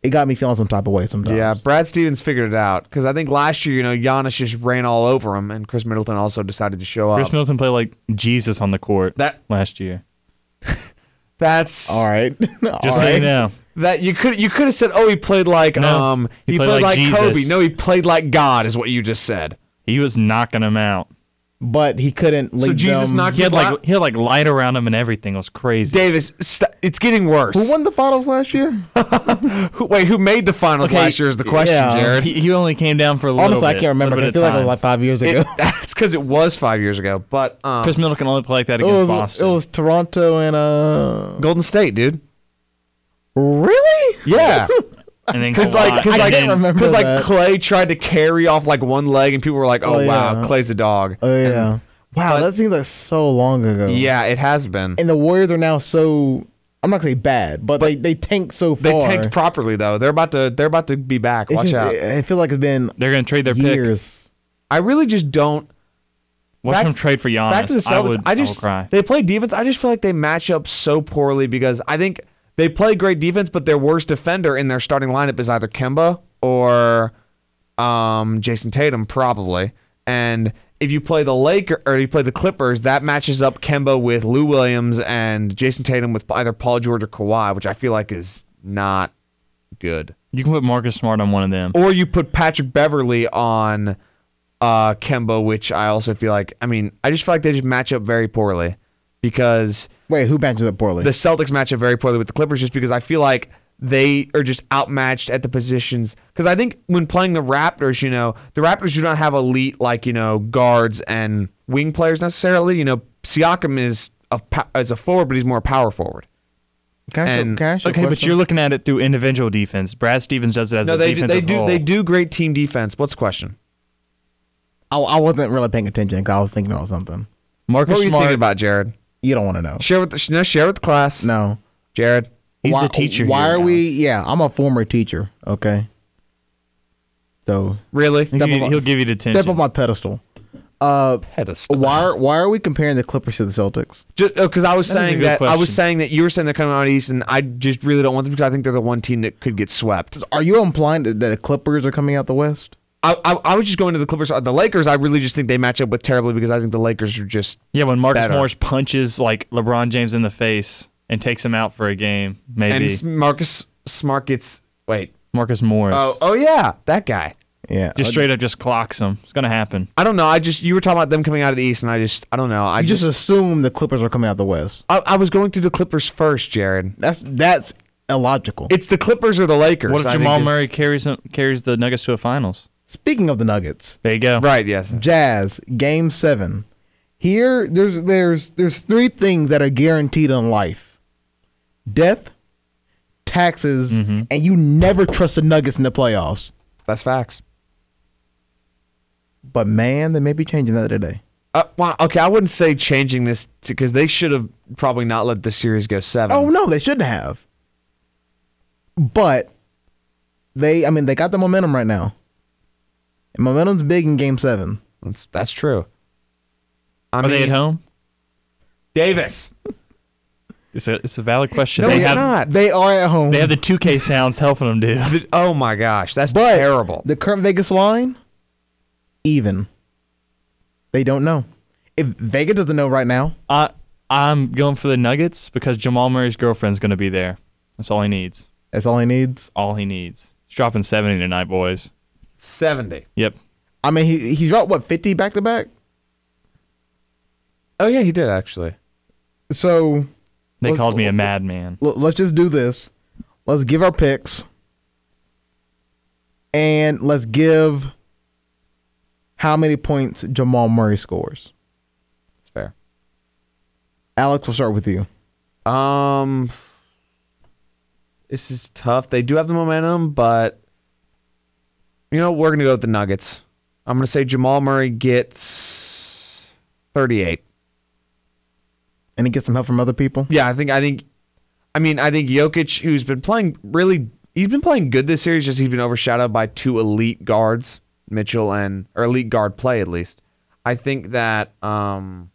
it got me feeling some type of way sometimes.
Yeah, Brad Stevens figured it out because I think last year, you know, Giannis just ran all over him, and Chris Middleton also decided to show up.
Chris Middleton played like Jesus on the court
That-
last year.
That's
All right.
Just
All
so you
right.
know,
that you could you could have said, oh, he played like
No,
um he, played, like, Kobe.
Jesus.
No, he played like God, is what you just said.
he was knocking him out.
But he couldn't lead
So Jesus
them.
knocked
He had
him
like
out.
he had like light around him and everything. It was crazy.
Davis. St- it's getting worse.
Who won the finals last year?
Who- wait, who made the finals
Okay,
last year is the question,
yeah.
Jared.
He, he only came down for a little
Honestly, I
bit,
can't remember.
little
I
bit
feel like
of
it was
time.
like five years ago.
It, that's because it was five years ago. But um,
Chris Middleton only played like that
It
against
was, it
Boston.
was Toronto and uh
Golden State, dude.
really
Yeah.
and then
Because like,
Kawhi-
cause
and
like,
then-
remember
cause like
that.
Clay tried to carry off like one leg, and people were like, "Oh,
Oh,
wow,
yeah.
Clay's a dog."
oh yeah wow
but-
that seems like so long ago
Yeah, it has been.
and the Warriors are now so I'm not gonna say bad but, they they tanked so far
they tanked properly though. They're about to they're about to be back.
It's
Watch
just-
out.
I I feel like it's been
they're gonna trade their pick.
years
I really just don't.
Watch
Back-
them trade for Giannis.
Back to the
I
Celtics. I,
would. I
just
would cry.
they play defense. I just feel like they match up so poorly because I think they play great defense, but their worst defender in their starting lineup is either Kemba or um, Jason Tatum probably. And if you play the Laker or you play the Clippers, that matches up Kemba with Lou Williams and Jason Tatum with either Paul George or Kawhi, which I feel like is not good.
You can put Marcus Smart on one of them.
or you put Patrick Beverly on uh, Kemba, which I also feel like. I mean, I just feel like they just match up very poorly because
wait who matches up poorly
the Celtics match up very poorly with the Clippers, just because I feel like they are just outmatched at the positions. Because I think when playing the Raptors, you know, the Raptors do not have elite like you know guards and wing players necessarily. You know, Siakam is a pa- is a forward, but he's more a power forward.
Can I ask you-
and-
can I ask you a
Okay, but
question?
you're looking at it through individual defense. Brad Stevens does it as
No,
a
they do,
defensive
they do
whole.
they do great team defense. What's the question?
I, I wasn't really paying attention because I was thinking about something
Marcus
What were you
Smart.
thinking about, Jared?
you don't want to know
Share with the, no, share with the class.
no
Jared.
He's
why,
the teacher.
why
here,
are we
Alex.
yeah I'm a former teacher okay so
Really?
He'll give you- he'll give you the attention.
step on my pedestal
pedestal.
why are, why are we comparing the Clippers to the Celtics
Because uh, I was
That is a
saying
good
that I was
question.
saying that you were saying they're coming out east, and I just really don't want them because I think they're the one team that could get swept.
are you implying that that the Clippers are coming out the West
I, I, I was just going to the Clippers, Uh, the Lakers. I really just think they match up with terribly because I think the Lakers are just
Yeah, when Marcus
better.
Morris punches like LeBron James in the face and takes him out for a game,
and
maybe
S- Marcus Smart gets wait.
Marcus Morris
Oh oh yeah, that guy.
yeah
just
uh,
straight up just clocks him. It's gonna happen.
I don't know. I just you were talking about them coming out of the east, and I just I don't know. I
You
just,
just assume the Clippers are coming out the West.
I, I was going to the Clippers first, Jared.
That's that's illogical.
It's the Clippers or the Lakers.
What if
I think
Jamal
is-
Murray carries him, carries the Nuggets to a finals?
Speaking of the Nuggets,
There you go.
Right. Yes.
Jazz Game Seven. Here, there's there's there's three things that are guaranteed in life: death, taxes,
Mm-hmm.
and you never trust the Nuggets in the playoffs.
That's facts.
But man, they may be changing that today.
Uh, well, okay, I wouldn't say changing this because they should have probably not let the series go seven.
Oh no, they shouldn't have. But they, I mean, they got the momentum right now. And momentum's big in Game Seven.
that's, that's true. I
Are they at home?
Davis?
It's a it's a valid question.
No,
they
it's
have
not.
They are at home.
they have the two K sounds helping them do.
The- oh my gosh, that's
But
terrible.
The current Vegas line, even. They don't know. If Vegas doesn't know right now,
I I'm going for the Nuggets because Jamal Murray's girlfriend's gonna be there. That's all he needs.
that's all he needs.
All he needs. He's dropping seventy tonight, boys.
Seventy.
Yep.
I mean, he he dropped what fifty back to back.
Oh yeah, he did actually.
So
They
Let's-
called me a madman.
l- let's just do this. Let's give our picks, and let's give how many points Jamal Murray scores.
That's fair.
Alex, we'll start with you.
Um, this is tough. They do have the momentum, but you know we're gonna go with the Nuggets. I'm gonna say Jamal Murray gets thirty-eight.
And he gets some help from other people.
Yeah, I think I think I mean I think Jokic, who's been playing really he's been playing good this series, just he's been overshadowed by two elite guards, Mitchell and or elite guard play at least. I think that um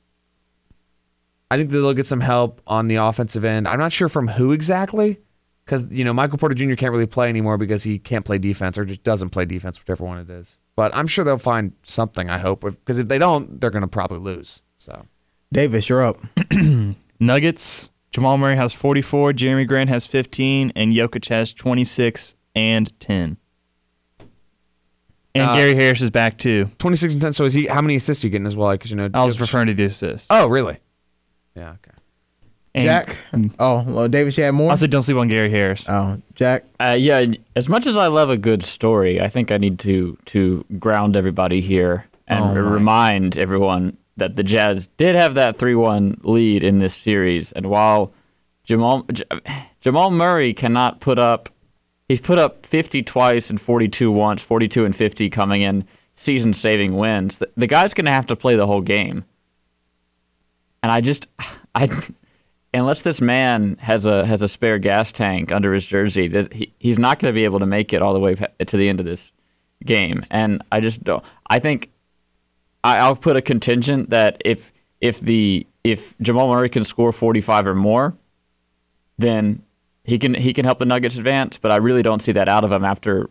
I think that they'll get some help on the offensive end. I'm not sure from who exactly, because you know Michael Porter Jr. can't really play anymore because he can't play defense or just doesn't play defense, whichever one it is. But I'm sure they'll find something. I hope because if they don't, they're going to probably lose. So
Davis, you're up.
Nuggets. Jamal Murray has 44, Jeremy Grant has 15, and Jokic has 26 and 10. And
Uh,
Gary Harris is back too.
26 and 10. So is he? How many assists are you getting as well? Because you know
I was
Jokic-
referring to the assist.
Oh, really? Yeah. Okay.
And-
Jack. Oh, well, Davis, you had more.
I said don't sleep on Gary Harris.
oh, Jack.
Uh, yeah, and as much as I love a good story, I think I need to to ground everybody here and r- remind everyone that the Jazz did have that three-one lead in this series, and while Jamal J- Jamal Murray cannot put up, he's put up 50 twice and 42 once, 42 and 50 coming in season-saving wins. The, the guy's going to have to play the whole game, and I just I unless this man has a has a spare gas tank under his jersey, that he, he's not going to be able to make it all the way pa- to the end of this game. And I just don't. I think I, I'll put a contingent that if if the if Jamal Murray can score 45 or more, then he can he can help the Nuggets advance. But I really don't see that out of him after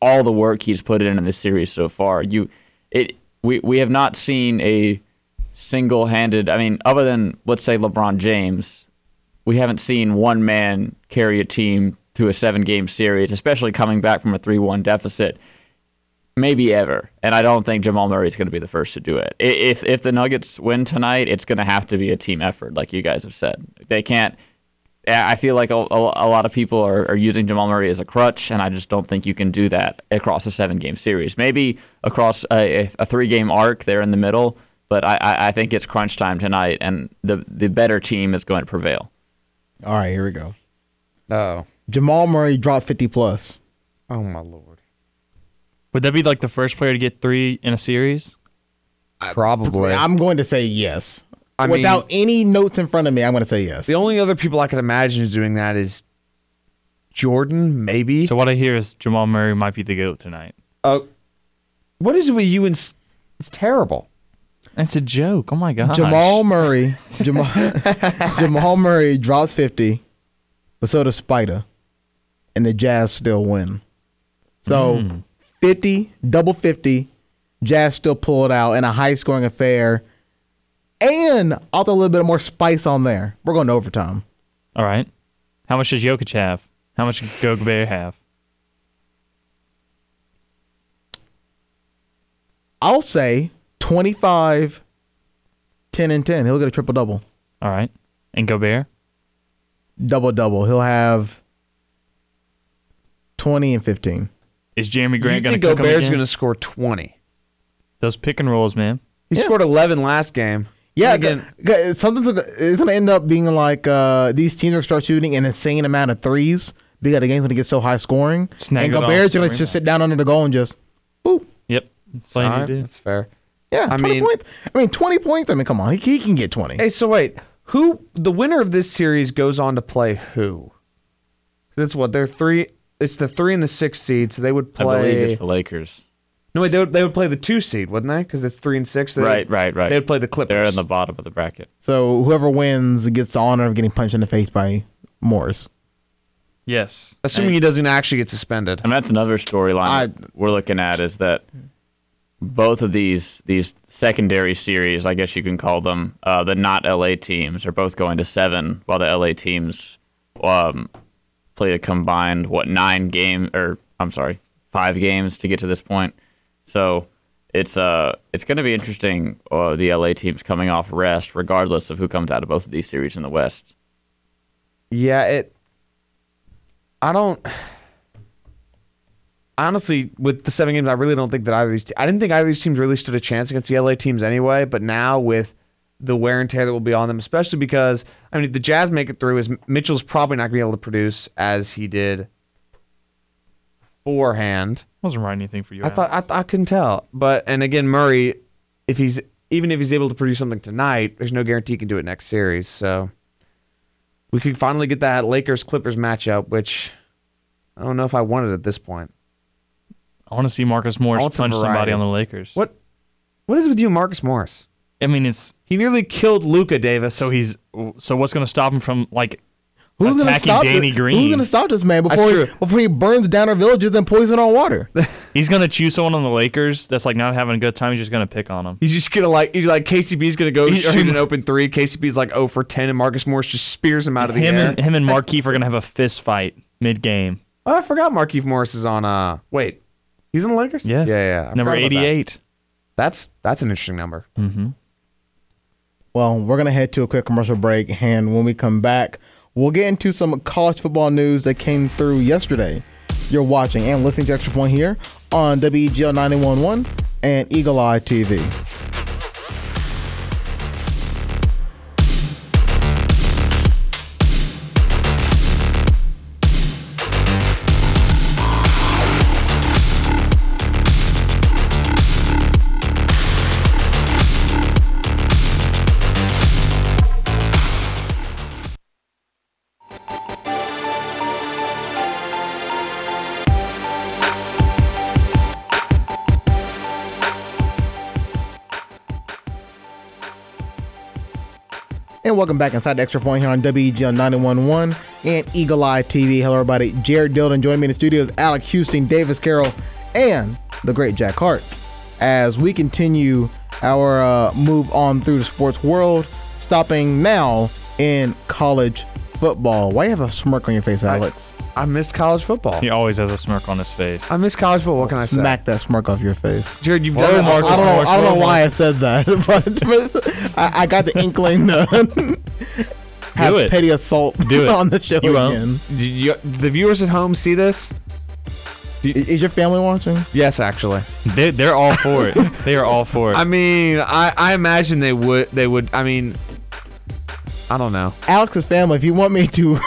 all the work he's put in in this series so far. You it we we have not seen a single-handed. I mean, other than let's say LeBron James, we haven't seen one man carry a team to a seven-game series, especially coming back from a three-one deficit. Maybe ever, and I don't think Jamal Murray is going to be the first to do it. I- If if the Nuggets win tonight, it's going to have to be a team effort, like you guys have said. They can't. I I feel like a, a, a lot of people are, are using Jamal Murray as a crutch, and I just don't think you can do that across a seven game series. Maybe across a, a three game arc there in the middle, but I, I, I think it's crunch time tonight, and the, the better team is going to prevail.
All right, here we go.
Oh.
Jamal Murray dropped 50 plus.
Oh my lord.
Would that be like the first player to get three in a series?
Probably.
I'm going to say yes.
I mean-
Without any notes in front of me, I'm going to say yes.
the only other people I could imagine doing that is Jordan, maybe.
So what I hear is Jamal Murray might be the goat tonight.
Uh, what is it with you and s- it's terrible.
That's a joke. Oh my gosh.
Jamal Murray, Jamal, Jamal Murray drops 50, but so does Spider, and the Jazz still win. So 50, double 50, Jazz still pulled out in a high scoring affair. And I'll throw a little bit more spice on there. We're going to overtime.
All right. How much does Jokic have? How much does Gobert have?
I'll say 25, 10, and 10. He'll get a triple double.
All right. And Gobert?
double double. He'll have twenty and fifteen.
Is Jeremy
You
Grant going
think
to cook him
Gobert's
again?
going to score 20?
Those pick and rolls, man.
He
Yeah.
scored 11 last game.
Yeah,
And again,
g- g- something's gonna- it's gonna end up being like uh, these teams are gonna start shooting an insane amount of threes because the game's gonna get so high scoring.
Snag
and
it off,
Gobert's gonna
Jeremy.
just sit down under the goal and just boop.
Yep. That's all you
Alright,
need to do.
that's fair.
Yeah,
I
twenty
mean-
points. I mean, twenty points. I mean, come on, he, he can get twenty.
Hey, so wait, who the winner of this series goes on to play who? 'Cause It's what they're three. It's the three and the six seed, so they would
I believe
play.
it's the Lakers.
no, wait, they would, they would play the two seed, wouldn't they? Because it's three and six. They,
right, right, right.
They would play the Clippers.
They're in the bottom of the bracket.
So whoever wins gets the honor of getting punched in the face by Morris.
Yes.
assuming he doesn't actually get suspended.
And that's another
I-
storyline we're looking at is that both of these these secondary series, I guess you can call them, uh, the not LA teams are both going to seven, while the LA teams um, played a combined what nine game or I'm sorry, five games to get to this point. So it's uh it's going to be interesting. Uh, the LA teams coming off rest, regardless of who comes out of both of these series in the West.
Yeah, it. I don't. Honestly, with the seven games, I really don't think that either of these. Te- I didn't think either of these teams really stood a chance against the LA teams anyway. But now with the wear and tear that will be on them, especially because I mean, if the Jazz make it through, is Mitchell's probably not going to be able to produce as he did beforehand.
wasn't writing anything for you.
I thought I, th- I couldn't tell, but and again, Murray, if he's even if he's able to produce something tonight, there's no guarantee he can do it next series. So we could finally get that Lakers Clippers matchup, which I don't know if I wanted at this point.
I want to see Marcus
I
Morris
want some
punch somebody
variety.
on the Lakers.
What what is it with you, and Marcus Morris?
I mean, it's
He nearly killed Luca Davis.
so he's so what's going to stop him from like
Who's gonna
Attacking
stop
Danny
this,
Green.
Who's gonna stop this man before he,
true.
before he burns down our villages and poison our water?
He's gonna choose someone on the Lakers that's like not having a good time. He's just gonna pick on him.
He's just gonna like he's like KCB's gonna go
He-
shoot an open three. KCB's like 0 for 10, and Marcus Morris just spears him out of the
Him
air.
and him and Markeith are gonna have a fist fight mid game.
oh, I forgot Markeith Morris is on. Uh, wait, he's in the Lakers.
Yes.
yeah, yeah. I forgot
Number
about that.
eighty-eight.
That's that's an interesting number.
Well, we're gonna head to a quick commercial break, and when we come back, we'll get into some college football news that came through yesterday. You're watching and listening to Extra Point here on E WEGL 911 and Eagle Eye TV. And welcome back inside the Extra Point here on E WEGL 911 and Eagle Eye TV. Hello, everybody. Jared Dildon joining me in the studio is Alec Houston, Davis Carroll, and the great Jack Hart. As we continue our uh, move on through the sports world, stopping now in college football. Why you have a smirk on your face, Alex?
I missed college football.
He always has a smirk on his face.
I missed college football. What can I say?
Smack that smirk off your face.
Jared, you've
I
done
don't,
it. Marcus
I don't know,
Morris.
I don't know
Well,
why I said that, but, but I, I got the inkling to have
Do it.
petty assault
Do it.
on the show
You won't.
again.
Do you- the viewers at home see this?
I- Is your family watching?
Yes, actually.
They, they're all for it. they are all for it.
I mean, I, I imagine they would. They would. I mean, I don't know.
Alex's family, if you want me to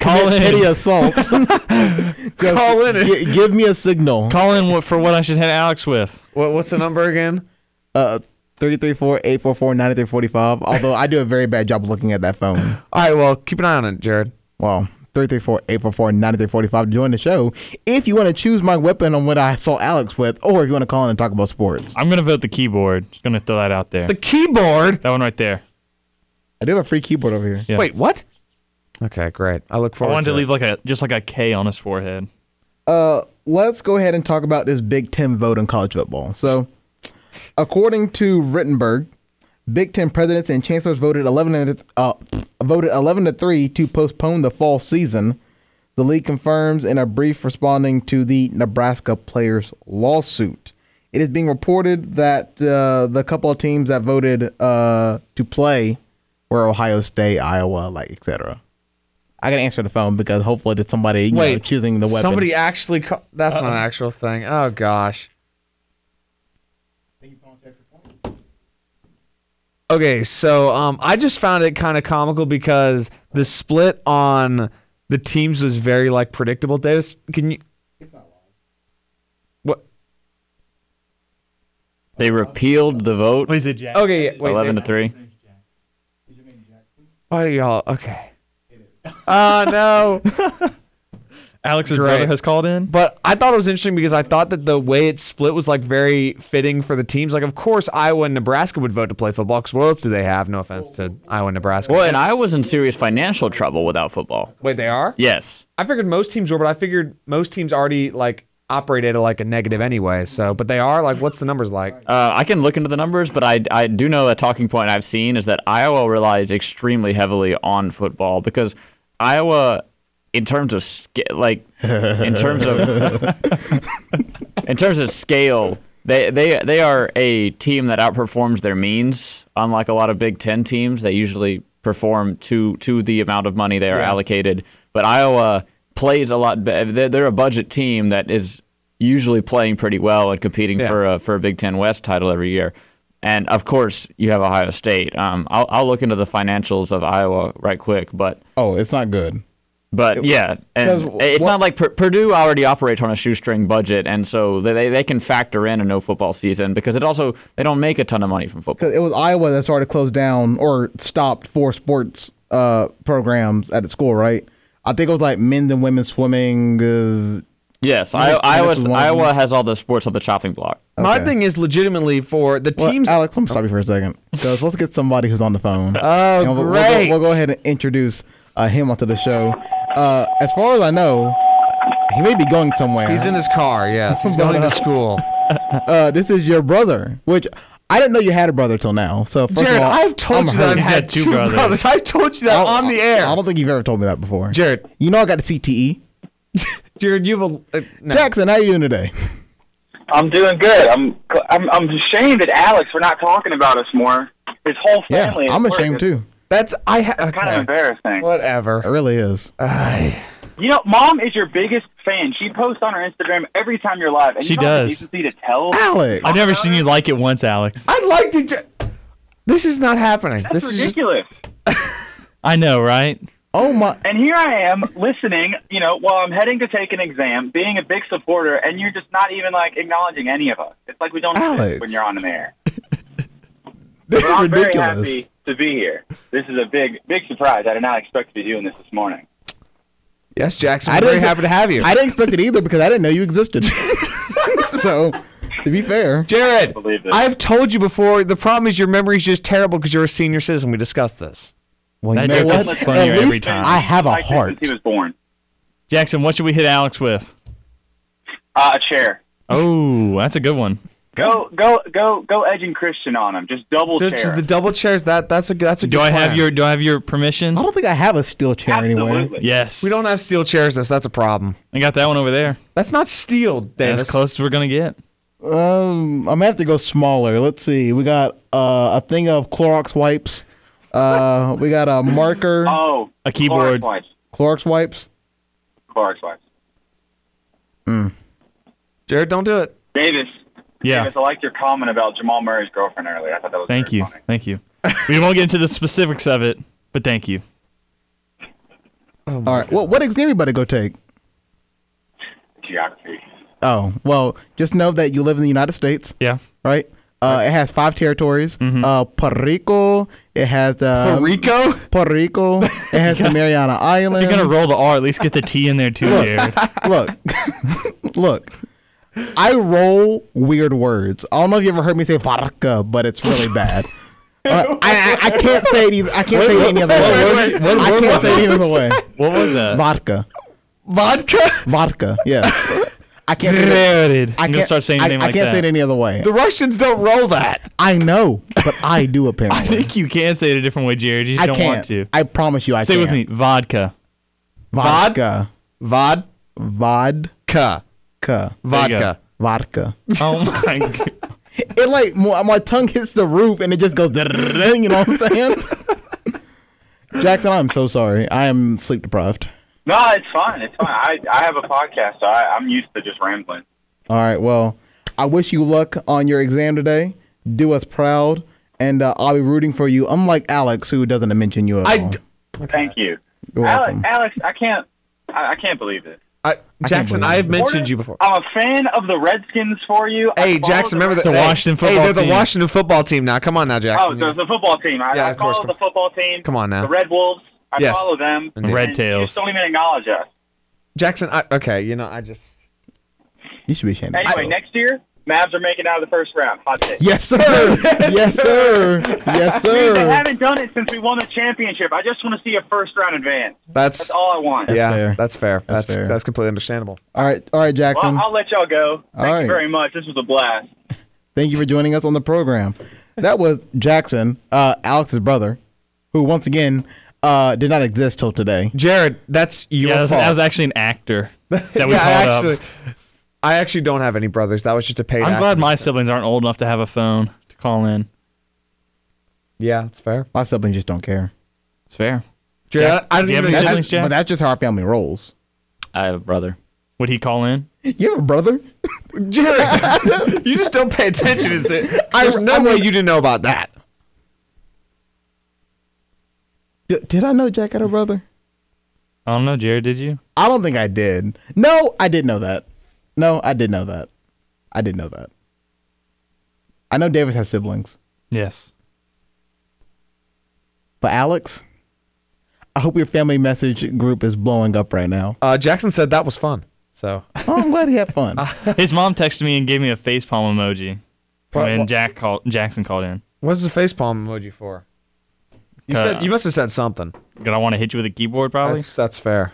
Call
commit
in.
petty assault, just
Call in.
gi- give me a signal.
Call in what, for what I should hit Alex with.
What, what's the number again?
Uh, 334-844-9345, although I do a very bad job looking at that phone.
All right. Well, keep an eye on it, Jared.
Well, 334-844-9345 to join the show. If you want to choose my weapon on what I saw Alex with, or if you want to call in and talk about sports.
I'm gonna vote the keyboard. Just gonna throw that out there.
The keyboard.
that one right there.
I do have a free keyboard over here.
Yeah.
Wait, what? Okay, great. I look
I
forward.
wanted
it.
to leave like a just like a K on his forehead.
let's go ahead and talk about this Big Ten vote in college football. So, according to Rittenberg, Big Ten presidents and chancellors voted eleven to, uh, voted eleven to three to postpone the fall season. The league confirms in a brief responding to the Nebraska players' lawsuit. It is being reported that uh, the couple of teams that voted uh, to play were Ohio State, Iowa, like etc. I gotta answer the phone because hopefully it's somebody you know, choosing the weapon.
Somebody actually. Ca- that's not an actual thing. Oh gosh. Okay, so um, I just found it kind of comical because the split on the teams was very like predictable. Davis, can you? What?
They repealed the vote.
What is it, Jack?
Okay, yeah, wait.
Eleven to
there-
three.
Why are y'all okay? Ah no.
Alex's
Great.
brother has called in.
But I thought it was interesting because I thought that the way it split was like very fitting for the teams. Like, of course, Iowa and Nebraska would vote to play football because what else do they have? No offense to Iowa and Nebraska.
Well, and I was in serious financial trouble without football.
Wait, they are?
Yes.
I figured most teams were, but I figured most teams already like operate at like a negative anyway. So, but they are like, what's the numbers like?
Uh, I can look into the numbers, but I, I do know a talking point I've seen is that Iowa relies extremely heavily on football because Iowa, in terms of sca- like in terms of in terms of scale, they, they they are a team that outperforms their means. Unlike a lot of Big Ten teams, they usually perform to to the amount of money they are allocated. But Iowa plays a lot. Be- they're, they're a budget team that is usually playing pretty well and competing
Yeah.
for a for a Big Ten West title every year. And of course, you have Ohio State. Um, I'll I'll look into the financials of Iowa right quick, but
Oh, it's not good.
but yeah, and
'Cause
it's
what-
not like Pur- Purdue already operates on a shoestring budget, and so they- they they can factor in a no football season because it also they don't make a ton of money from football.
Because it was Iowa that started closed down or stopped four sports uh, programs at the school, right? I think it was like men's and women's swimming. Uh,
Yes,
Mike,
I,
how much
Iowa
is one of
Iowa
them?
has all the sports on the chopping block.
My
Okay.
thing is legitimately for the
well,
teams.
Alex, let me stop you for a second. Because let's get somebody who's on the phone.
Oh,
And we'll, we'll go- We'll, go
great.
ahead and introduce uh, him onto the show. Uh, as far as I know, he may be going somewhere.
He's in his car. Yes, he's going to school.
uh, this is your brother, which I didn't know you had a brother till now. So first
Jared,
of all,
I've told
I'm
you that
hurt.
I've
He's
had
got
two
two
brothers.
brothers.
I've told you that
I-
on the
I-
air.
I don't think you've ever told me that before,
Jared,
You know I got the E? CTE.
Jared, you have a. Uh, no.
Jackson, how you doing today?
I'm doing good. I'm I'm I'm ashamed at Alex for not talking about us more. His whole
Yeah,
family. is
I'm
working.
ashamed too.
That's I. Ha- okay.
It's Kind of embarrassing.
It
Whatever.
really is.
You know, mom is your biggest fan. She posts on her Instagram every time you're live, and
She
you don't have
does.
the decency to tell.
Alex,
I've never seen you like it once, Alex.
I'd like to. Ju- this is not happening.
That's
this is just,
ridiculous.
I know, right?
oh my,
And here I am listening, you know, while I'm heading to take an exam, being a big supporter, and you're just not even like acknowledging any of us. It's like we don't exist
Alex.
when you're on the air.
this
But
is
I'm very
ridiculous.
happy to be here. This is a big, big surprise. I did not expect to be doing this this morning.
yes, Jackson.
I
I'm very
didn't-
happy to have you.
I didn't expect it either because I didn't know you existed. so, to be fair,
Jared,
believe this.
I've told you before. The problem is your memory is just terrible because you're a senior citizen. We discussed this.
well,
That joke is funnier
At
every
least
time.
I have a
Like this
heart.
Since he was born.
Jackson, what should we hit Alex with?
Uh, a chair.
Oh, that's a good one.
Go, go, go, go, edging Christian on him. Just double
The,
chair.
the double chairs. That that's a that's a.
Do
good
I have
plan.
your Do I have your permission?
I don't think I have a steel chair anywhere.
Absolutely.
Yes.
We don't have steel chairs. That's that's a problem.
I got that one over there.
That's not steel, Dennis.
As close as we're gonna get.
Um, I'm gonna have to go smaller. Let's see. We got uh, a thing of Clorox wipes. Uh, we got a marker,
Oh,
A keyboard.
Clorox wipes.
Clorox wipes.
Clorox wipes.
Jared, don't do it.
Davis.
Yeah.
Davis, I liked your comment about Jamal Murray's girlfriend earlier. I thought that was
Thank
very
you.
funny.
Thank you. We won't get into the specifics of it, but thank you.
All right. Well, what exam you better go take?
Geography.
Oh, well, just know that you live in the United States,
Yeah.
right? Uh, it has five territories.
Mm-hmm.
Uh, Puerto Rico. It has the
Puerto Rico.
Puerto Rico. It has the Mariana Islands.
You're gonna roll the R. At least get the T in there too, Jared.
look, look. I roll weird words. I don't know if you ever heard me say vodka, but it's really bad. Uh, I, I I can't say it either. I can't say it any other way.
wait, what-
I
what
can't
was
say it any other way.
What was that?
Vodka,
Vodka.
vodka. Yeah. I can't. say it-
Jared.
I
I'm gonna
can't
start saying
I,
your name
I
like
can't
that.
say it any other way.
The Russians don't roll that.
I know, but I do apparently.
I think you can say it a different way, Jared. You just
I
don't
can't.
want to.
I promise you, I
Say it
can.
with me. Vodka.
Vodka,
Vodka.
vodka,
There you go.
Vodka.
vodka.
Oh my god.
it like my, my tongue hits the roof and it just goes. You know what I'm saying? Jackson, I'm so sorry. I am sleep deprived.
No, it's fine. It's fine. I, I have a podcast, so I, I'm used to just rambling.
All right. Well, I wish you luck on your exam today. Do us proud, and uh, I'll be rooting for you. Unlike Alex, who doesn't mention you at
I
all.
d-
Thank you.
You're
Alex,
welcome.
Alex, I can't. I, I can't believe this.
I, Jackson,
believe
I have
it.
mentioned you before.
I'm a fan of the Redskins for you. I
Hey,
follow
Jackson,
the
remember that?
Redskins-
the
hey,
Washington
hey,
football
they're the
team.
Washington football team now. Come on now,
Oh,
Jackson.
so it's the football team. I,
Yeah,
I
of course,
follow
come-
the football team.
Come on now.
The Red Wolves. I
Yes.
follow them.
Indeed.
Red
And You
Tails.
just don't even acknowledge us.
Jackson, I, okay, you know, I just.
you should be ashamed. of
Anyway,
yourself.
next year, Mavs are making out of the first round. Hot take.
Yes, sir. yes, sir. Yes,
They
sir.
haven't done it since we won the championship. I just want to see a first round advance.
That's.
That's all I want.
yeah,
fair.
that's fair. That's that's,
fair.
completely understandable.
All right, all right, Jackson.
Well, I'll let y'all go. Thank
All right.
you very much. This was a blast.
Thank you for joining us on the program. That was Jackson, uh, Alex's brother, who once again uh, did not exist till today.
Jared, that's your
Yeah, that was,
fault.
that was actually an actor that we
yeah, I
called up.
actually, I actually don't have any brothers. That was just a paid.
I'm glad
actor.
my siblings aren't old enough to have a phone to call in.
Yeah, that's fair.
My siblings just don't care.
It's fair.
Jared, I, I
do you
didn't
have
even.
any
I,
siblings?
That's,
Jack?
but that's just how our family rolls.
I have a brother.
Would he call in?
You have a brother?
Jared, you just don't pay attention. Is that there's no way you didn't know about that?
D- did I know Jack had a brother?
I don't know, Jared. Did you?
I don't think I did. No, I did know that. No, I did know that. I did know that. I know Davis has siblings,
Yes.
but Alex, I hope your family message group is blowing up right now.
Uh, Jackson said that was fun. So
Oh, I'm glad he had fun.
His mom texted me and gave me a facepalm emoji
What-
when
what-
Jack called. Jackson called in.
what's the facepalm emoji for? You said you must have said something.
Gonna want to hit you with a keyboard, probably.
That's, that's fair.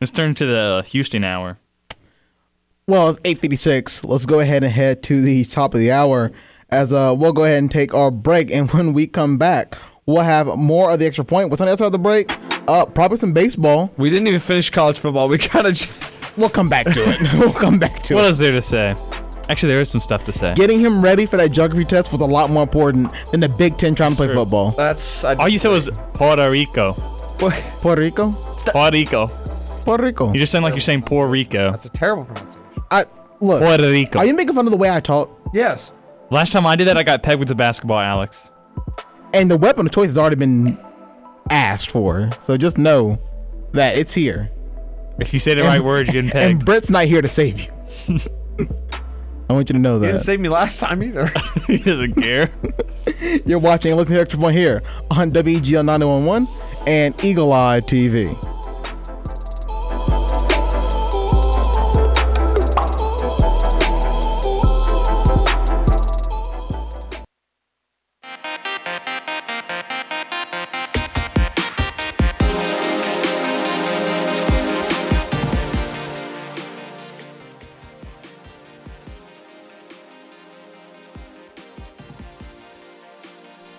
Let's turn to the Houston hour.
Well, it's 856. Let's go ahead and head to the top of the hour as uh, we'll go ahead and take our break. And when we come back, we'll have more of the extra point. What's on the other side of the break? Uh, probably some baseball.
We didn't even finish college football. We kind of
We'll come back to it. we'll come back to
What
it.
is there to say? Actually, there is some stuff to say.
Getting him ready for that geography test was a lot more important than the Big Ten trying to play football.
that's I,
All you said was Puerto Rico.
Puerto Rico?
Puerto Rico.
Puerto Rico.
You just sound like you're saying Puerto Rico.
that's a terrible pronunciation.
I, look,
Puerto Rico.
are you making fun of the way I talk?
Yes.
Last time I did that, I got pegged with the basketball, Alex.
And the weapon of choice has already been asked for. So just know that it's here.
If you say the right words, you're getting pegged.
And Brett's not here to save you. I want you to know
You didn't
that.
save me last time either.
he doesn't care.
You're watching and listening to Extra Point here on WEGL 911 and Eagle Eye TV.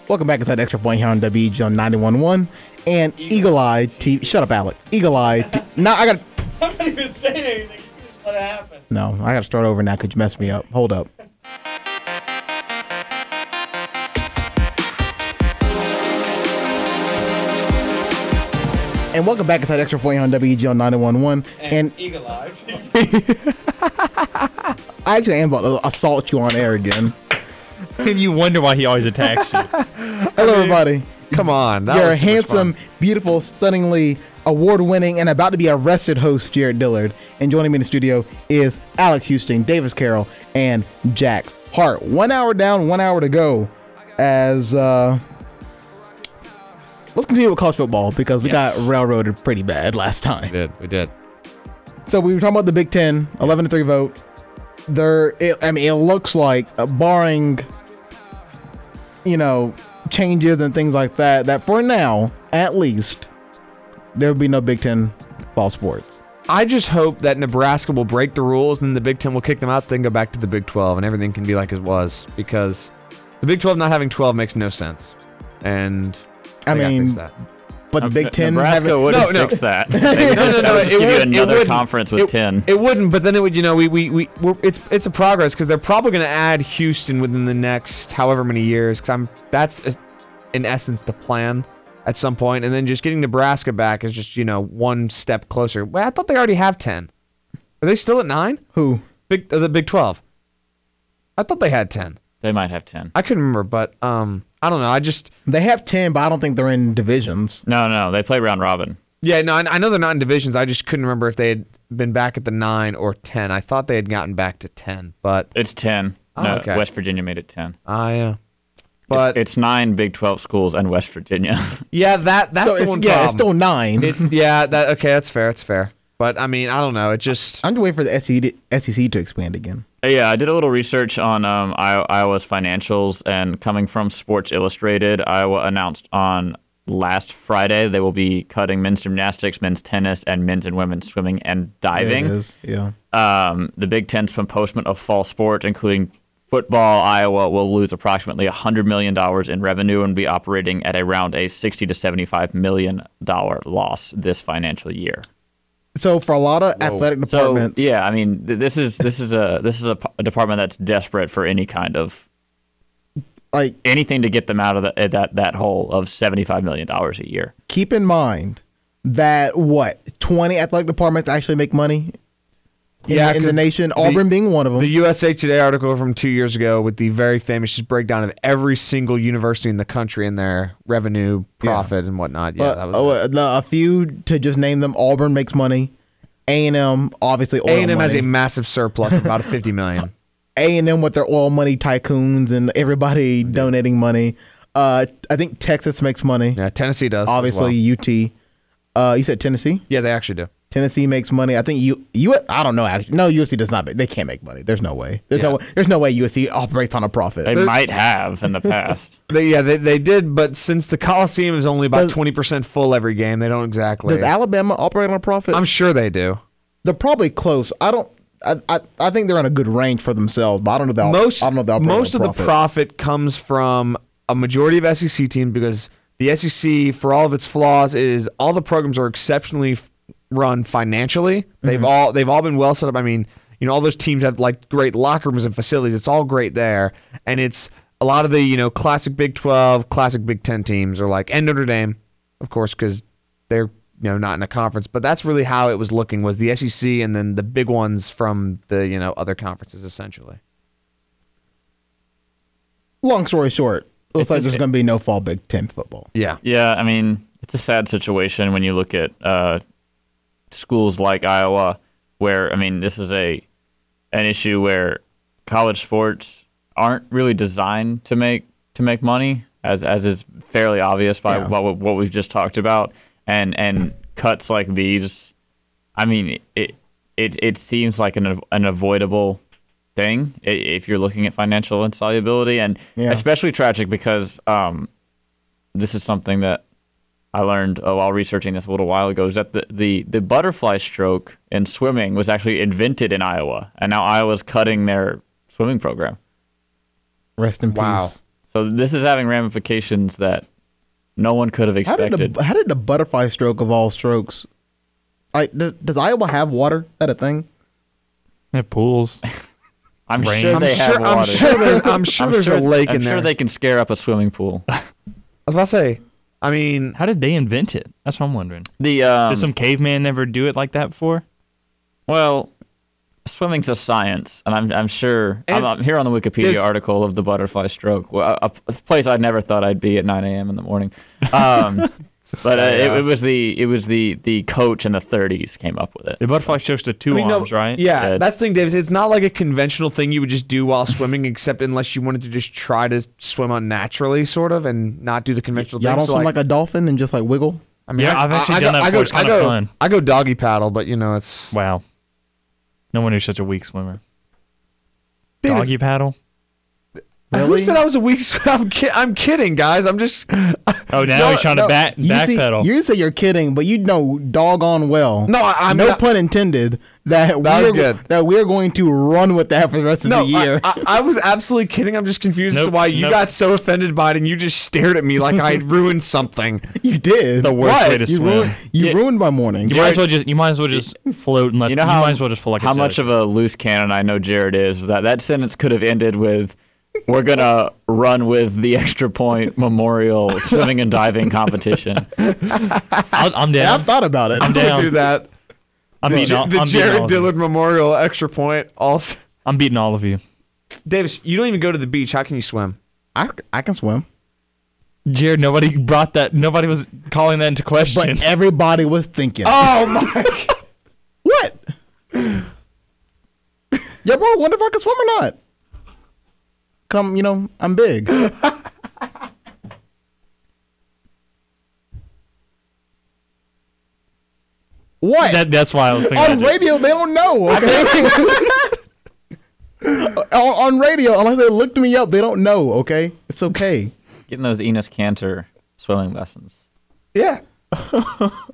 Welcome back inside Extra Point here on WEGL 911 and Eagle Eye TV. Shut up, Alex. Eagle Eye. T- no, I got.
I'm not even saying anything. You just let it happen.
No, I got to start over now. Could you mess me up? Hold up. And welcome back inside Extra Point here on WEGL 911 and
Eagle eyes.
I actually am about to assault you on air again.
And you wonder why he always attacks you.
Hello, everybody.
Come on. That
You're a
was too much
handsome,
fun.
beautiful, stunningly award-winning, and about to be arrested host Jared Dillard. And joining me in the studio is Alex Houston, Davis Carroll, and Jack Hart. One hour down, one hour to go. As uh, let's continue with college football because we
Yes.
got railroaded pretty bad last time.
We did. We did.
So we were talking about the Big Ten, 11 to 3 vote. There, it, I mean, it looks like, uh, barring, you know, changes and things like that, that for now, at least, there will be no Big Ten fall sports.
I just hope that Nebraska will break the rules and the Big Ten will kick them out, so they can go back to the Big 12 and everything can be like it was because the Big 12 not having 12 makes no sense. And
I
they gotta
mean,
fix that.
but the Big Ten
Nebraska
haven't-
wouldn't
No, no.
fix that.
no, no,
That
no.
would
It
just give you
would, it
another
wouldn't.
conference with
it,
10.
It wouldn't, but then it would. You know, we we we we're, it's it's a progress because they're probably going to add Houston within the next however many years. Because I'm that's es- in essence the plan at some point, and then just getting Nebraska back is just you know one step closer. Wait, I thought they already have ten. Are they still at nine?
who?
Big uh, the Big Twelve. I thought they had ten.
they might have 10.
I couldn't remember, but um, I don't know. I just
They have 10, but I don't think they're in divisions.
No, no, they play round robin.
Yeah, no, I I know they're not in divisions. I just couldn't remember if they had been back at the nine or ten. I thought they had gotten back to ten, but
It's 10.
Oh,
no,
okay.
West Virginia made it 10.
I. Uh, but
It's nine Big 12 schools and West Virginia.
yeah, that that's
So
the
it's,
one
yeah, it's still
problem.
nine.
It- yeah, that okay, that's fair, that's fair. But I mean, I don't know. It just
I'm just waiting for the E SEC to, SEC to expand again.
Yeah, I did a little research on um, I- Iowa's financials, and coming from Sports Illustrated, Iowa announced on last Friday they will be cutting men's gymnastics, men's tennis, and men's and women's swimming and
There it
diving.
is, Yeah.
Um, the Big Ten's postponement of fall sports, including football, Iowa will lose approximately $100 million in revenue and be operating at around a 60 to $75 million loss this financial year.
So for a lot of athletic
So
departments,
yeah, I mean, th- this is this is a this is a, p- a department that's desperate for any kind of
like
anything to get them out of the, uh, that that hole of seventy five million dollars a year.
keep in mind that what 20 athletic departments actually make money in,
Yeah,
in the
'cause
nation
the-
auburn being one of them Uh,
the USA Today article from two years ago with the very famous just breakdown of every single university in the country and their revenue, profit, and whatnot. Yeah,
But,
that was.
oh,
it.
uh, the- a few to just name them auburn makes money a&m obviously oil
A&M has a
money.
massive surplus of about 50 million.
a&m with their oil money tycoons and everybody donating money uh, i think texas makes money
Yeah, Tennessee does. as well.
obviously ut uh, you said tennessee
Yeah, they actually do.
Tennessee makes money. I think you you I don't know actually. No, USC does not. Make, they can't make money. There's no way. There's no way. There's no way USC operates on a profit.
They might have in the past.
They, yeah, they, they did, but since the Coliseum is only about
Does-
twenty percent full every game, they don't exactly.
does Alabama operate on a profit?
I'm sure they do.
they're probably close. I don't. I, I, I think they're in a good range for themselves, but I don't know if they'll.
most
I don't know if they'll operate on
most
a
of the
profit.
profit comes from a majority of SEC teams because the SEC, for all of its flaws, is all the programs are exceptionally f- run financially. They've
Mm-hmm.
all they've all been well set up. I mean, you know, all those teams have like great locker rooms and facilities. It's all great there, and it's a lot of the you know classic Big Twelve, classic Big Ten teams are like and Notre Dame, of course, because they're you know not in a conference. But that's really how it was looking was the SEC and then the big ones from the you know other conferences essentially.
Long story short, looks like there's going to be no fall Big Ten football.
Yeah.
Yeah, I mean, it's a sad situation when you look at uh, schools like Iowa, where I mean, this is a an issue where college sports aren't really designed to make to make money, as as is fairly obvious by
Yeah.
what what, what we've just talked about, and and cuts like these, I mean, it it it seems like an av- an avoidable thing i- if you're looking at financial insolubility and
Yeah.
especially tragic because um, this is something that I learned uh, while researching this a little while ago is that the, the, the butterfly stroke in swimming was actually invented in Iowa, and now Iowa's cutting their swimming program.
Rest in
Wow.
peace.
So this is having ramifications that no one could have
How
expected.
did the how did the butterfly stroke of all strokes? Like, does, does Iowa have water? Is that a thing?
They have pools.
I'm
Rain.
sure
I'm
they have
sure,
water.
I'm sure, there, I'm sure
I'm
there's
sure-
a lake
I'm
in
sure
there.
they can scare up a swimming pool.
I was about to say, I mean,
How did they invent it? That's what I'm wondering.
The um,
Did some caveman never do it like that before?
well, swimming's a science, and I'm I'm sure I'm,
And
I'm here on the Wikipedia
there's-
article of the butterfly stroke, well, a, a place I never thought I'd be at 9 a.m. in the morning. Um, but uh, it, it was the it was the the coach in the 30s came up with
The
it.
butterfly shows the two
I mean, no-
arms, right?
Yeah,
Yeah.
that's the thing, Davis. It's not like a conventional thing you would just do while swimming, except unless you wanted to just try to swim unnaturally, sort of, and not do the conventional
Y'all
thing.
don't
So,
swim like, a dolphin and just like wiggle.
I mean,
Yeah,
I,
I've actually
I,
done
I,
that
go-
before. It's
I
kinda
go,
fun.
I go doggy paddle, but you know, it's
Wow. No wonder you're such a weak swimmer.
Davis,
Doggy paddle.
Who said I was a weak? sw- I'm, ki- I'm kidding, guys. I'm just.
Oh, now
No,
he's trying
no,
to back
You see,
backpedal.
you say you're kidding, but you know doggone well.
No, I- I'm
no
not-
pun intended. That,
That
we're
was good.
that we're going to run with that for the rest of
No,
the year.
I, I, I was absolutely kidding. I'm just confused as to
Nope,
why you
nope.
got so offended by it, and you just stared at me like I had ruined something.
you did
the worst
What?
way to
You
swim.
ruined, you ruined my morning.
You might as well just you might as well just float and let
You know how
might as well just float like
how
a
much
judge.
of a loose cannon I know Jared is that that sentence could have ended with. We're gonna run with the extra point memorial swimming and diving competition.
I'll, I'm
And
down.
I've thought about it.
I'm
Don't do
down.
that.
I'm
The,
beating all,
the
I'm beating all
Jared
of you.
Dillard Memorial extra point. Also,
I'm beating all of you.
Davis, you don't even go to the beach. How can you swim?
I, I can swim,
Jared, nobody brought that. Nobody was calling that into question.
but everybody was thinking,
Oh my!
"What? yeah, bro, wonder if I can swim or not." Come, you know, I'm big. what?
that, that's why I was thinking.
on
about Jared.
radio, they don't know. okay? on, on radio, unless they looked me up, they don't know. Okay, it's okay.
Getting those Enos Cantor swimming lessons.
yeah.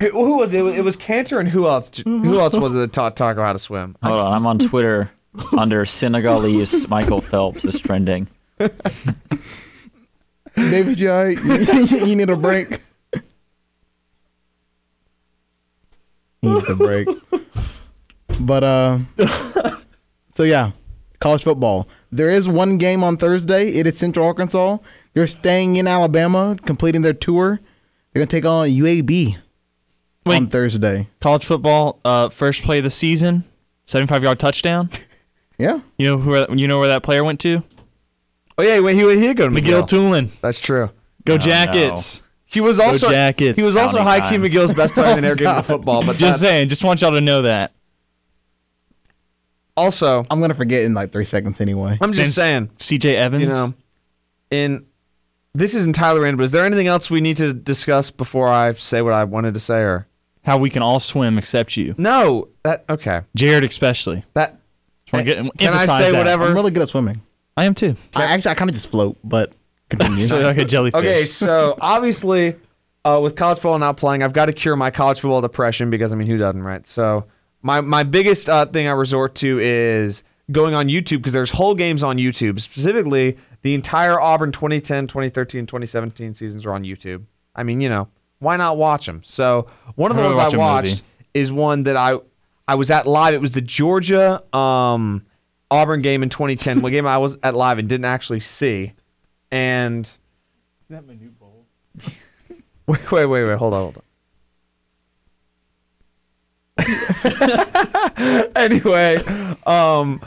Hey, who was it? It was- It was Cantor and who else? Who else was it that taught Taco how to swim?
Hold on, I'm on Twitter under Senegalese Michael Phelps is trending.
David, you, all right? you, need a break. He needs a break. But uh, so yeah, college football. There is one game on Thursday. It is Central Arkansas. They're staying in Alabama, completing their tour. They're gonna take on UAB on
Wait.
Thursday.
college football. Uh, first play of the season, 75 yard touchdown.
Yeah,
You know who? You know where that player went to?
Oh yeah, when he he did go to
Miguel
McGill too.
Toolin.
That's true.
Go
Oh,
Jackets.
He was also
Jackets.
he was also
County
high key
time.
McGill's best player in the air game of football. But
Just
just
saying. Just want y'all to know that.
also,
I'm gonna forget in like three seconds anyway.
I'm just
Since-
saying.
C.J. Evans.
You know, in this is entirely random. But is there anything else we need to discuss before I say what I wanted to say? Or
how we can all swim except you,
No, that okay.
Jared especially.
That
Just wanna get-
can I
emphasize
say
I'm
that.
whatever?
really good at swimming.
I am too.
I actually I kind of just float, but continue.
So like a jellyfish.
Okay, so obviously, uh, with college football not playing, I've got to cure my college football depression because I mean, who doesn't, right? So my my biggest uh, thing I resort to is going on YouTube because there's whole games on YouTube. Specifically, the entire Auburn 2010, 2013, 2017 seasons are on YouTube. I mean, you know, why not watch them? So one of the
I'd rather
ones
watch a
I watched is one that I I was at live. It was the Georgia um, Auburn game in 2010. What game I was at live and didn't actually see, and. Wait, wait, wait, wait. Hold on, hold on. anyway, um,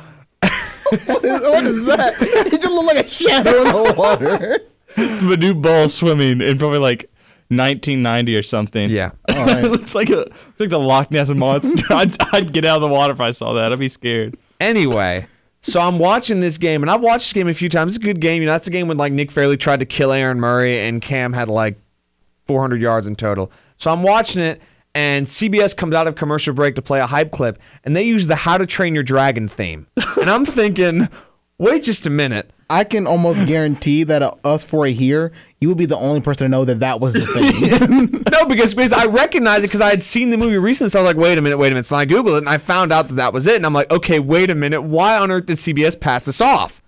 what is that? You just look like a shadow in the water.
the new ball swimming in probably like 1990 or something.
yeah.
it looks like a looks like the Loch Ness monster. I'd, I'd get out of the water if I saw that. I'd be scared.
Anyway, so I'm watching this game, and I've watched this game a few times. It's a good game. You know, that's a game when like Nick Fairley tried to kill Aaron Murray, and Cam had like 400 yards in total. So I'm watching it, and CBS comes out of commercial break to play a hype clip, and they use the "How to Train Your Dragon" theme, and I'm thinking, wait just a minute.
I can almost guarantee that uh, us for a year, you would be the only person to know that that was the thing.
No, because, because I recognized it because I had seen the movie recently. So I was like, wait a minute, wait a minute. So I Googled it and I found out that that was it. And I'm like, okay, wait a minute. Why on earth did CBS pass this off?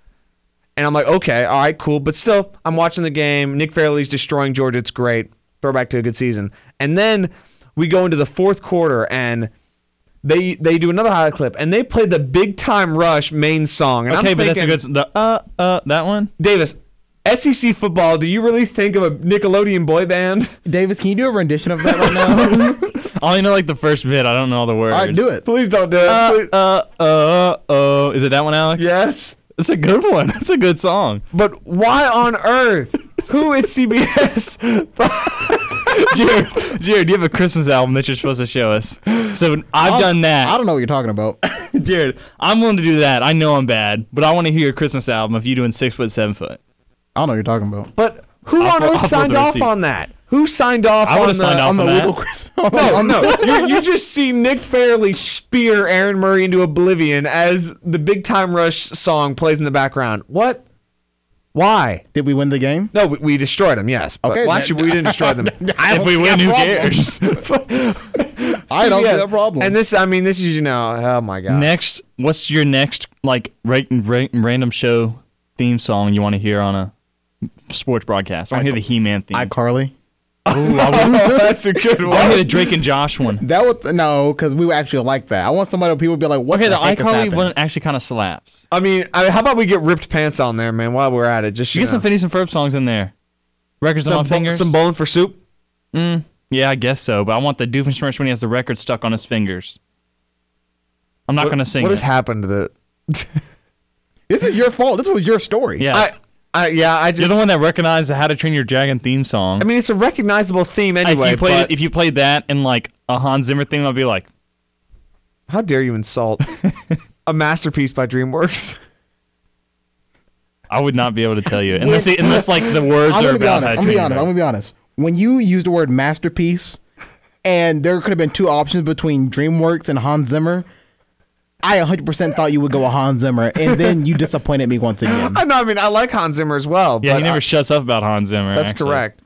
And I'm like, okay, all right, cool. But still, I'm watching the game. Nick Fairley's destroying Georgia. It's great. Throwback to a good season. And then we go into the fourth quarter and they they do another highlight clip and they play the Big Time Rush main song. And
Okay,
I'm
but that's a
thinking-
good. s- The uh uh that one.
Davis, SEC football, do you really think of a Nickelodeon boy band?
Davis, can you do a rendition of that right now?
I only Oh, know like the first bit. I don't know all the words.
All right, do it.
Please don't do it. Please-
Uh uh oh. Is it that one, Alex?
yes.
It's a good one. That's a good song.
But why on earth? Who at CBS?
Jared, Jared, you have a Christmas album that you're supposed to show us. So I've done that.
I don't know what you're talking about.
Jared, I'm willing to do that. I know I'm bad, but I want to hear your Christmas album of you doing six foot, seven foot.
I don't know what you're talking about.
but who
I'll
on
fo- I'll
earth
fold
signed
the
off
receipt.
on that? Who signed off?
I
on
would've
the,
signed off
On
on
the
that.
legal Christmas.
No,
on the-
no. you, you just see Nick Fairley spear Aaron Murray into oblivion as the Big Time Rush song plays in the background. What? Why?
Did we win the game?
No, we, we destroyed them. Yes. But
Okay,
well,
then-
actually, we didn't destroy them.
if we win, who cares?
I don't see
Yeah.
that problem.
And this, I mean, this is you know, oh my god.
next, what's your next like ra- ra- random show theme song you want to hear on a sports broadcast? I want to hear the He-Man theme. I,
iCarly.
That's a good one.
want to hear the Drake and Josh one.
That would no, because we would actually like that. I want somebody people would be like, "What
Okay, the
the heck has
iCarly
happened?
one actually kind of slaps.
I mean, I, how about we get ripped pants on there, man? While we're at it, just
You
you
get some
know.
Phineas and Ferb songs in there. Records on my
bo-
fingers.
some bowling for soup.
yeah, I guess so. But I want the Doofenshmirtz when he has the record stuck on his fingers. I'm not gonna sing
What
it.
has happened to the?
This is your fault. This was your story.
yeah,
I, I, yeah, I just.
you're the one that recognized the How to Train Your Dragon theme song.
I mean, it's a recognizable theme anyway.
if you played
but-
if you played that and like a Hans Zimmer theme, I'd be like,
how dare you insult a masterpiece by DreamWorks?
I would not be able to tell you unless it, unless like the words
I'm
are
gonna be
about
honest.
how
I'm
to
gonna
train
be
your
honest. I'm
dragon.
gonna be honest. When you used the word masterpiece, and there could have been two options between DreamWorks and Hans Zimmer, I 100% thought you would go with Hans Zimmer, and then you disappointed me once again.
I know. I mean, I like Hans Zimmer as well.
Yeah,
but
he never
I-
shuts up about Hans Zimmer.
that's
actually.
correct.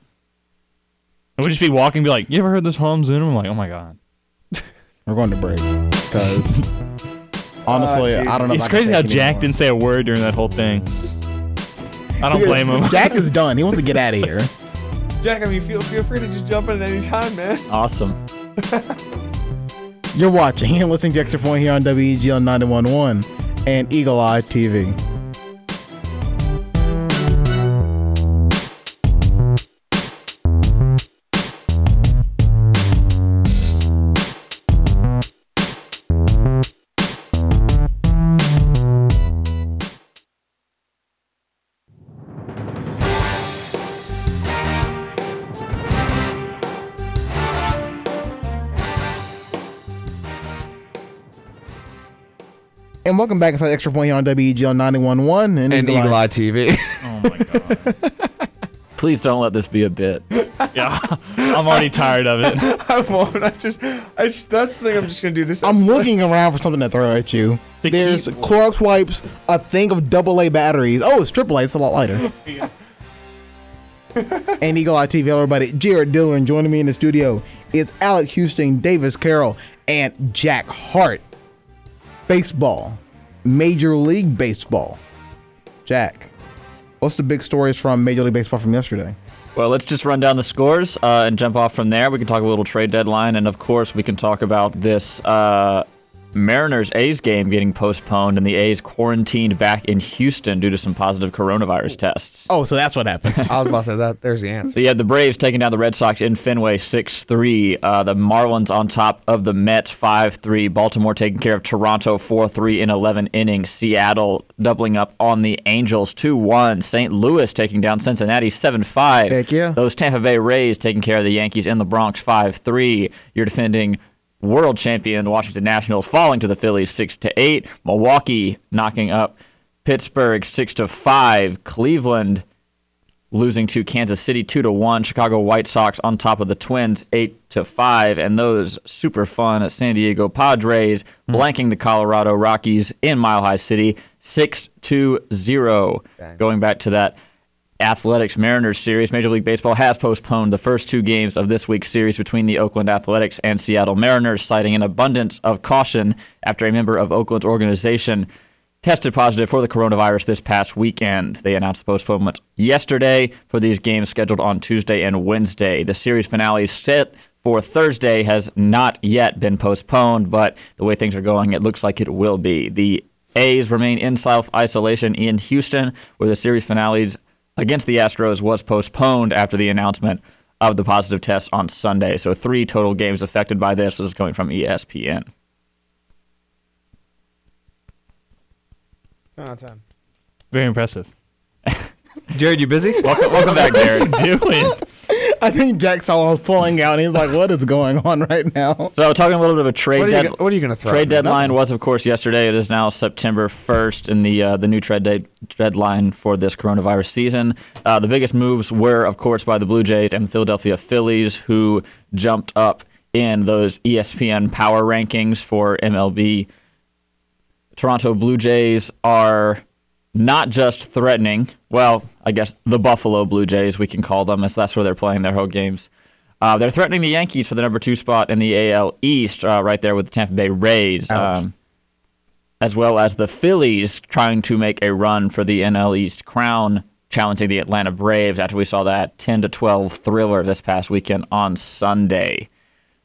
And we'd just be walking, and be like, "You ever heard this Hans Zimmer?" I'm like, "Oh my god."
We're going to break because honestly, I don't know. if
It's
I can
crazy how
take it
Jack
anymore.
didn't say a word during that whole thing. I don't blame him.
Jack is done. He wants to get out of here.
Jack, I mean, feel feel free to just jump in at any time, man.
Awesome.
You're watching and listening to Extra Point here on E WEGL 911 and Eagle Eye TV. And welcome back inside E Extra Point here on WEGL 911 and,
And Eagle Eye TV.
Oh my god.
Please don't let this be a bit.
Yeah, I'm already tired of it.
I won't. I just, I just, that's the thing I'm just gonna do this.
I'm looking around for something to throw at you.
The
There's
keyboard.
Clorox wipes, a thing of double A batteries. Oh, it's triple A. It's a lot lighter. and Eagle Eye TV, everybody. Jared Dillon joining me in the studio is Alec Houston, Davis Carroll, and Jack Hart. Baseball, Major League Baseball. Jack, what's the big stories from Major League Baseball from yesterday?
Well, let's just run down the scores uh, and jump off from there. We can talk a little trade deadline, and of course, we can talk about this uh, Mariners A's game getting postponed and the A's quarantined back in Houston due to some positive coronavirus tests.
Oh, so that's what happened.
I was about to say that. There's the answer.
So you had the Braves taking down the Red Sox in Fenway 6 3. Uh, the Marlins on top of the Mets 5 3. Baltimore taking care of Toronto 4 3 in 11 innings. Seattle doubling up on the Angels 2 1. St. Louis taking down Cincinnati 7 5.
Heck yeah.
Those Tampa Bay Rays taking care of the Yankees in the Bronx 5 3. You're defending world champion Washington Nationals falling to the Phillies 6 to 8. Milwaukee knocking up Pittsburgh 6 to 5. Cleveland losing to Kansas City two to one. Chicago White Sox on top of the Twins eight to five, and those super fun San Diego Padres blanking the Colorado Rockies in Mile High City six to zero. Going back to that Athletics Mariners series, Major League Baseball has postponed the first two games of this week's series between the Oakland Athletics and Seattle Mariners, citing an abundance of caution after a member of Oakland's organization tested positive for the coronavirus this past weekend. They announced the postponement yesterday for these games scheduled on Tuesday and Wednesday. The series finale is set for Thursday has not yet been postponed, but the way things are going, it looks like it will be. The A's remain in self isolation in Houston, where the series finales against the Astros was postponed after the announcement of the positive tests on Sunday. So three total games affected by this. This is coming from E ESPN.
Very impressive.
Jared, you busy?
Welcome, welcome back, Jared.
Doing.
I think Jack saw us pulling out and he's like, what is going on right now?
So talking a little bit of a trade.
What are you
dead-
gonna- what are you gonna throw at
Trade
me?
deadline was, of course, yesterday. It is now September 1st, and the uh, the new trade day- deadline for this coronavirus season. Uh, the biggest moves were, of course, by the Blue Jays and Philadelphia Phillies, who jumped up in those E ESPN power rankings for MLB. Toronto Blue Jays are not just threatening, well, I guess the Buffalo Blue Jays, we can call them, as that's where they're playing their whole games. Uh, they're threatening the Yankees for the number two spot in the AL East, uh, right there with the Tampa Bay Rays,
Ouch.
um, as well as the Phillies trying to make a run for the NL East crown, challenging the Atlanta Braves after we saw that 10 to 12 thriller this past weekend on Sunday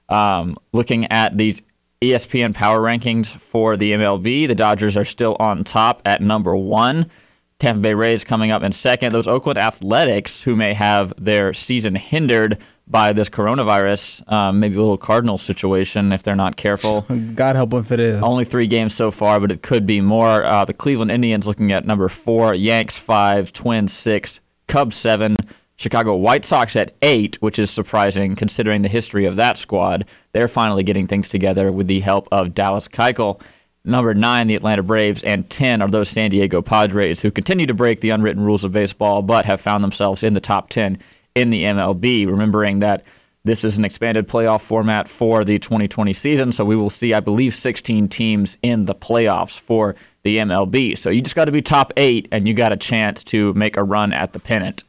um, looking at these E ESPN power rankings for the MLB, the Dodgers are still on top at number one. Tampa Bay Rays coming up in second. Those Oakland Athletics, who may have their season hindered by this coronavirus, um, maybe a little Cardinal situation if they're not careful.
God help him if it is.
Only three games so far, but it could be more. Uh, the Cleveland Indians looking at number four, Yanks five, Twins six, Cubs seven, Chicago White Sox at eight, which is surprising considering the history of that squad. They're finally getting things together with the help of Dallas Keuchel. Number nine, the Atlanta Braves, and ten are those San Diego Padres who continue to break the unwritten rules of baseball, but have found themselves in the top ten in the MLB. Remembering that this is an expanded playoff format for the 2020 season, so we will see, I believe, 16 teams in the playoffs for the MLB. So you just got to be top eight, and you got a chance to make a run at the pennant.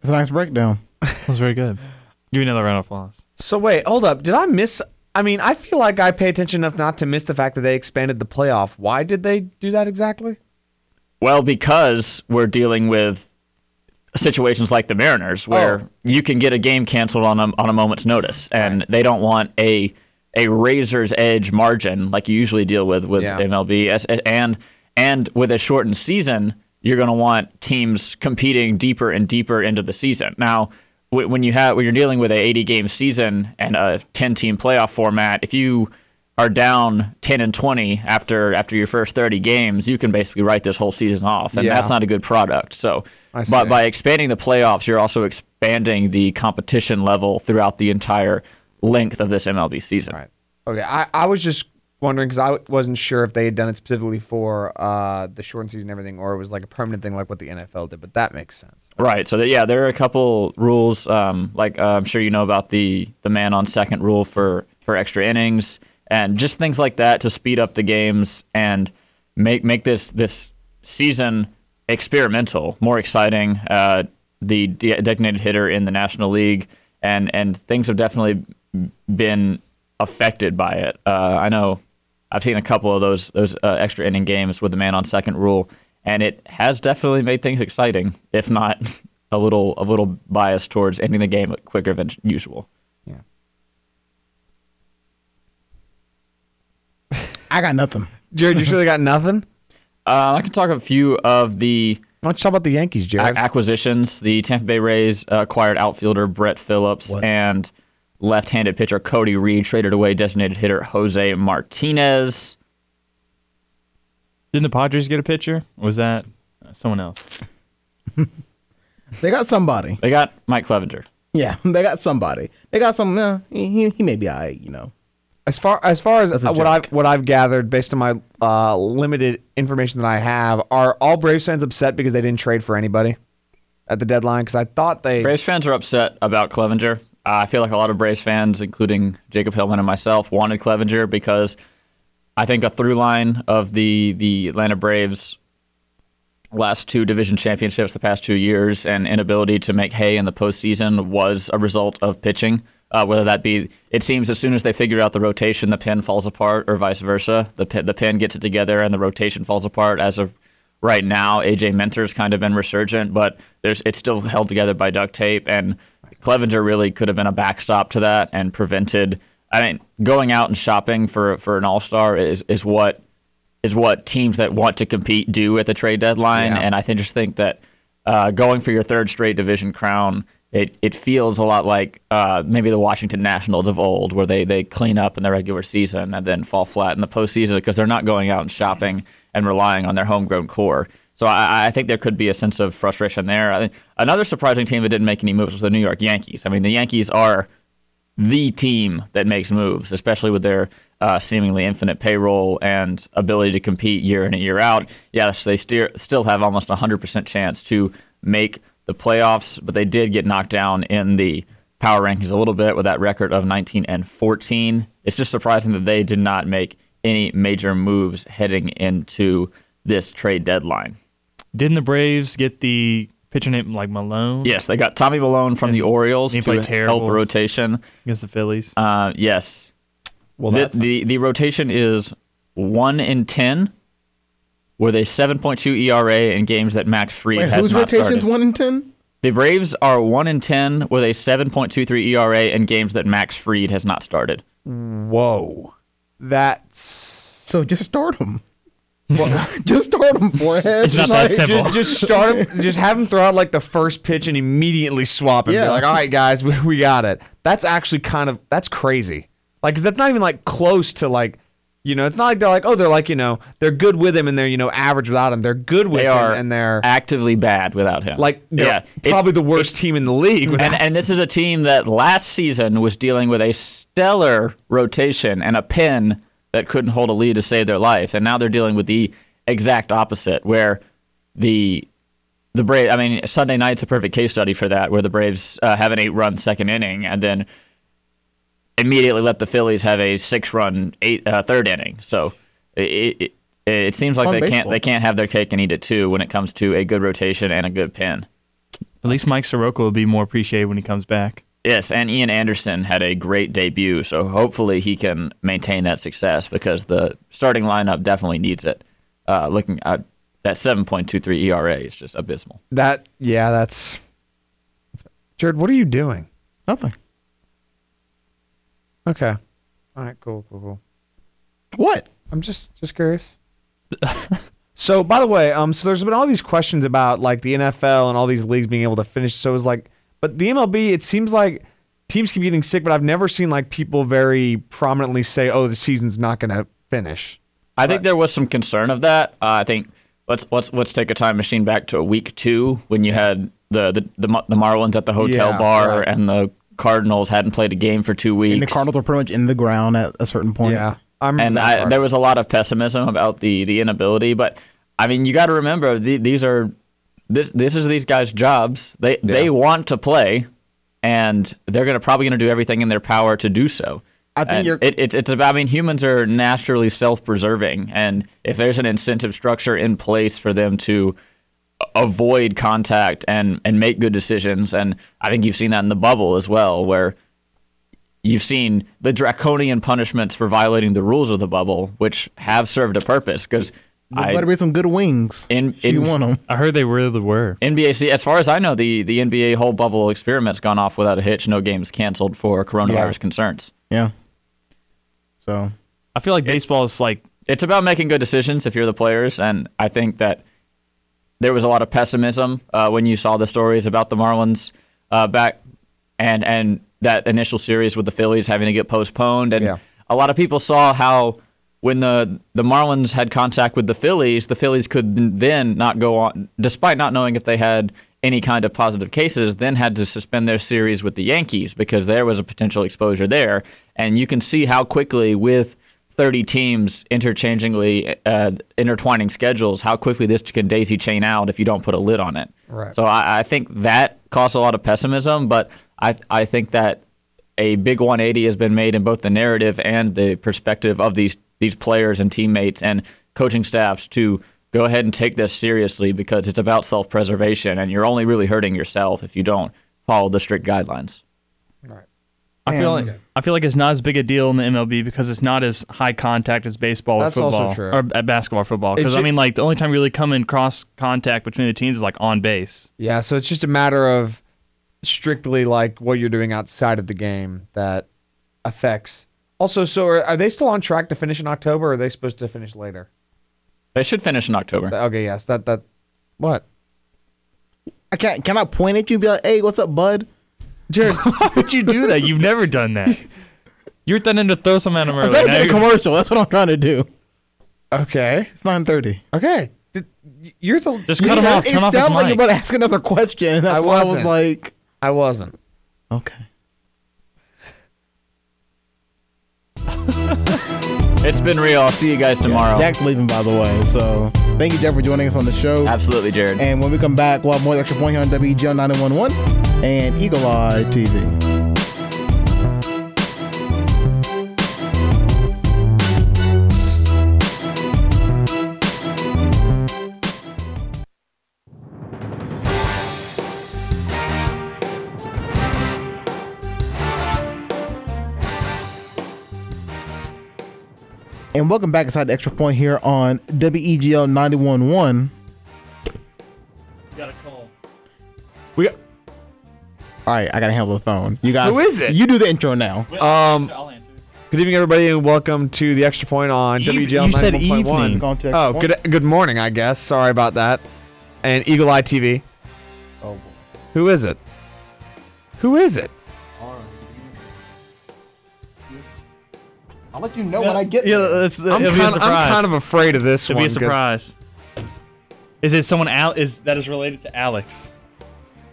It's a nice breakdown.
That was very good. Give me another round of applause.
So wait, hold up. Did I miss? I mean, I feel like I pay attention enough not to miss the fact that they expanded the playoff. Why did they do that exactly?
Well, because we're dealing with situations like the Mariners, where
Oh.
you can get a game canceled on a, on a moment's notice, and they don't want a a razor's edge margin like you usually deal with with
Yeah.
MLB, As- as- and and with a shortened season, you're going to want teams competing deeper and deeper into the season. Now, wh- when you have when you're dealing with a 80 game season and a 10 team playoff format, if you are down 10 and 20 after after your first 30 games, you can basically write this whole season off, and
Yeah.
that's not a good product. So,
I see.
but by expanding the playoffs, you're also expanding the competition level throughout the entire length of this MLB season.
Okay, I, I was just wondering because I wasn't sure if they had done it specifically for uh, the shortened season and everything, or it was like a permanent thing like what the NFL did. But that makes sense.
Right. So that, yeah, there are a couple rules. Um, like uh, I'm sure you know about the the man on second rule for for extra innings and just things like that to speed up the games and make make this this season experimental, more exciting. Uh, the de- designated hitter in the National League and and things have definitely been affected by it. Uh, I know I've seen a couple of those those uh, extra inning games with the man on second rule, and it has definitely made things exciting, if not a little a little biased towards ending the game quicker than usual.
Yeah.
I got nothing.
Jared, you surely got nothing.
Uh, I can talk a few of the
Why don't you talk about the Yankees, Jared?
a- acquisitions. The Tampa Bay Rays uh, acquired outfielder Brett Phillips and left-handed pitcher Cody Reed traded away designated hitter Jose Martinez.
Didn't the Padres get a pitcher? Or was that uh, someone else?
They got somebody.
They got Mike Clevenger.
Yeah, they got somebody. They got some. Uh, he, he- he may be all right, you know.
As far as far as
That's a
what
joke.
I've what I've gathered based on my uh, limited information that I have, are all Braves fans upset because they didn't trade for anybody at the deadline? Because I thought they
Braves fans are upset about Clevenger. Uh, I feel like a lot of Braves fans, including Jacob Hillman and myself, wanted Clevenger because I think a through line of the the Atlanta Braves last two division championships the past two years and inability to make hay in the postseason was a result of pitching. Uh, whether that be, it seems as soon as they figure out the rotation, the pen falls apart, or vice versa. The pen, the pen gets it together and the rotation falls apart. As of right now, AJ Mentor's kind of been resurgent, but there's it's still held together by duct tape. And Clevenger really could have been a backstop to that and prevented. I mean, going out and shopping for for an all star is is what is what teams that want to compete do at the trade deadline.
Yeah.
And I think just think that uh, going for your third straight division crown, it, it feels a lot like uh, maybe the Washington Nationals of old, where they, they clean up in the regular season and then fall flat in the postseason because they're not going out and shopping and relying on their homegrown core. So I, I think there could be a sense of frustration there. I think another surprising team that didn't make any moves was the New York Yankees. I mean, the Yankees are the team that makes moves, especially with their uh, seemingly infinite payroll and ability to compete year in and year out. Yes, they steer, still have almost 100% chance to make the playoffs, but they did get knocked down in the power rankings a little bit with that record of 19 and 14. It's just surprising that they did not make any major moves heading into this trade deadline.
Didn't the Braves get the pitcher named like Malone?
Yes, they got Tommy Malone from the
And
Orioles
he
to
played
help
terrible.
rotation.
Against the Phillies.
Uh, yes,
well
the,
that's
the the rotation is one in ten, with a seven point two ERA in games that Max Fried
Wait,
has
whose
not
rotation's
started.
one in ten?
the Braves are one in ten with a seven point two three ERA in games that Max Fried has not started.
whoa. That's
So just start him. just start him. Forehead.
It's not
Like,
that simple.
just, just start him. Just have him throw out like the first pitch and immediately swap him. Be
Yeah.
like, all right, guys, we, we got it. That's actually kind of that's crazy. Like, 'cause that's not even like close to like, you know, it's not like they're like, oh, they're like, you know, they're good with him and they're you know average without him. They're good with
They
him
are
and they're
actively bad without him.
like, yeah,
yeah, it's-
probably the worst team in the league. without-
and, and this is a team that last season was dealing with a stellar rotation and a pin that couldn't hold a lead to save their life, and now they're dealing with the exact opposite, where the the Braves. I mean, Sunday night's a perfect case study for that, where the Braves uh, have an eight-run second inning, and then immediately let the Phillies have a six-run eight uh, third inning. So it, it it seems like
Fun
they can't
baseball.
they can't have their cake and eat it too when it comes to a good rotation and a good pin.
At least Mike Soroka will be more appreciated when he comes back.
Yes, and Ian Anderson had a great debut, so hopefully he can maintain that success because the starting lineup definitely needs it. Uh, looking at that 7.23 ERA E is just abysmal.
that yeah, that's. Jared, what are you doing?
Nothing.
Okay, all right, cool, cool, cool.
What?
I'm just just curious. so by the way, um, so there's been all these questions about like the NFL and all these leagues being able to finish. So it's like, but the MLB, it seems like teams keep getting sick, but I've never seen like people very prominently say, "Oh, the season's not going to finish."
I think there was some concern of that. Uh, I think let's let's let's take a time machine back to week two when you had the the the, Mar- the Marlins at the hotel
Yeah,
bar
right.
and the Cardinals hadn't played a game for two weeks.
And the Cardinals were pretty much in the ground at a certain point.
Yeah. I'm
and I, there was a lot of pessimism about the the inability. But I mean, you got to remember the, these are this this is these guys' jobs. They they want to play, and they're gonna probably gonna do everything in their power to do so.
I think
And
you're-
it, it's it's about. I mean, humans are naturally self-preserving, and if there's an incentive structure in place for them to avoid contact and and make good decisions, and I think you've seen that in the bubble as well, where you've seen the draconian punishments for violating the rules of the bubble, which have served a purpose because.
There better be some good wings.
In-
if you
in-
want them.
I heard they really were.
NBA, see, as far as I know, the, the NBA whole bubble experiment's gone off without a hitch. No games canceled for coronavirus
Yeah.
concerns.
Yeah. So
I feel like baseball is like
It's about making good decisions if you're the players, and I think that there was a lot of pessimism uh, when you saw the stories about the Marlins uh, back and and that initial series with the Phillies having to get postponed, and
Yeah.
a lot of people saw how when the the Marlins had contact with the Phillies, the Phillies could then not go on, despite not knowing if they had any kind of positive cases, then had to suspend their series with the Yankees because there was a potential exposure there, and you can see how quickly with 30 teams interchangingly uh, intertwining schedules, how quickly this can daisy chain out if you don't put a lid on it.
Right.
So I, I think that caused a lot of pessimism, but I, I think that a big 180 has been made in both the narrative and the perspective of these these players and teammates and coaching staffs to go ahead and take this seriously because it's about self-preservation and you're only really hurting yourself if you don't follow the strict guidelines.
I feel
Man.
like I feel like it's not as big a deal in the MLB because it's not as high contact as baseball
That's
or
also
football
true.
or uh, basketball or football. Because I
ju-
mean, like the only time you really come in cross contact between the teams is like on base.
Yeah, so it's just a matter of strictly like what you're doing outside of the game that affects. Also, so are, are they still on track to finish in October? or Are they supposed to finish later?
They should finish in October.
Okay, yes, that that what?
I can't. Can I point at you and be like, "Hey, what's up, bud?"
Jared,
Why would you do that? You've never done that. You're threatening to throw some at him early.
Trying to
Now
get a
you're-
commercial. That's what I'm trying to do.
okay,
It's nine thirty.
okay. Did, y- you're the
Just cut him off.
It
Turn off his
sounded like
mic.
you're about to ask another question. And that's
I
why I was
wasn't.
like,
I wasn't.
okay.
It's been real. I'll see you guys tomorrow.
Jack's leaving, by the way. So thank you, Jack, for joining us on the show.
Absolutely, Jared.
And when we come back, we'll have more extra point here on WGL 911 and Eagle Eye TV. And welcome back inside the extra point here on WEGL 911.
We
All right, I gotta handle the phone. You guys,
Who is it?
You do the intro now.
um. Good evening, everybody, and welcome to the extra point on
Eve-
WGL.
you said
91.1.
evening.
Going to Extra
Oh,
Point.
good good morning, I guess. Sorry about that. And Eagle Eye TV. Oh. Who is it? Who is it?
I'll let you know when I get
yeah,
there.
that's, uh, it'll
I'm
be a
kind, I'm
surprise.
kind of afraid of this
It'll
one.
be a
'cause-
surprise. Is it someone out? Is that is related to Alex?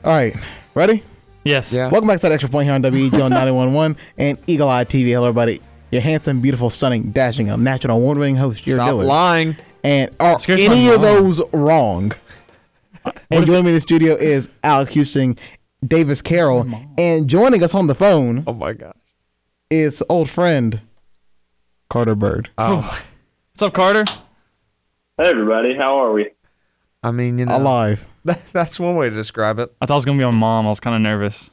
All right, ready?
Yes.
Yeah.
Welcome back to the extra point here on WEGL 911 and Eagle Eye TV. Hello, everybody. Your handsome, beautiful, stunning, dashing, um, national award-winning host, Jared
Stop
Dillard.
lying.
And are
Excuse
any
my
of
mom.
those wrong? and joining me in the studio is Alex Houston, Davis Carroll, and joining us on the phone
Oh my gosh.
is old friend Carter Bird.
Oh,
What's up, Carter?
Hey everybody, how are we?
I mean, you know,
Alive.
that- that's one way to describe it.
I thought it was gonna be my mom. I was kind of nervous.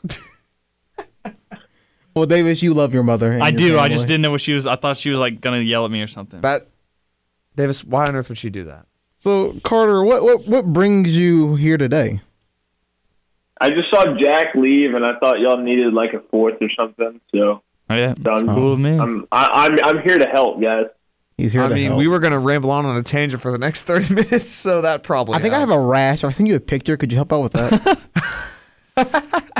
Well, Davis, you love your mother. and
I
your
do. I
family.
just didn't know what she was. I thought she was like gonna yell at me or something.
That, Davis, why on earth would she do that?
So Carter, what what what brings you here today?
I just saw Jack leave, and I thought y'all needed like a fourth or something. So
oh yeah.
done.
Cool with me.
I'm I, I'm I'm here to help, guys.
He's here.
I
to
mean,
help.
we were gonna ramble on on a tangent for the next thirty minutes, so that probably.
I think I have
helps.
a rash. I sent you a picture. Could you help out with that?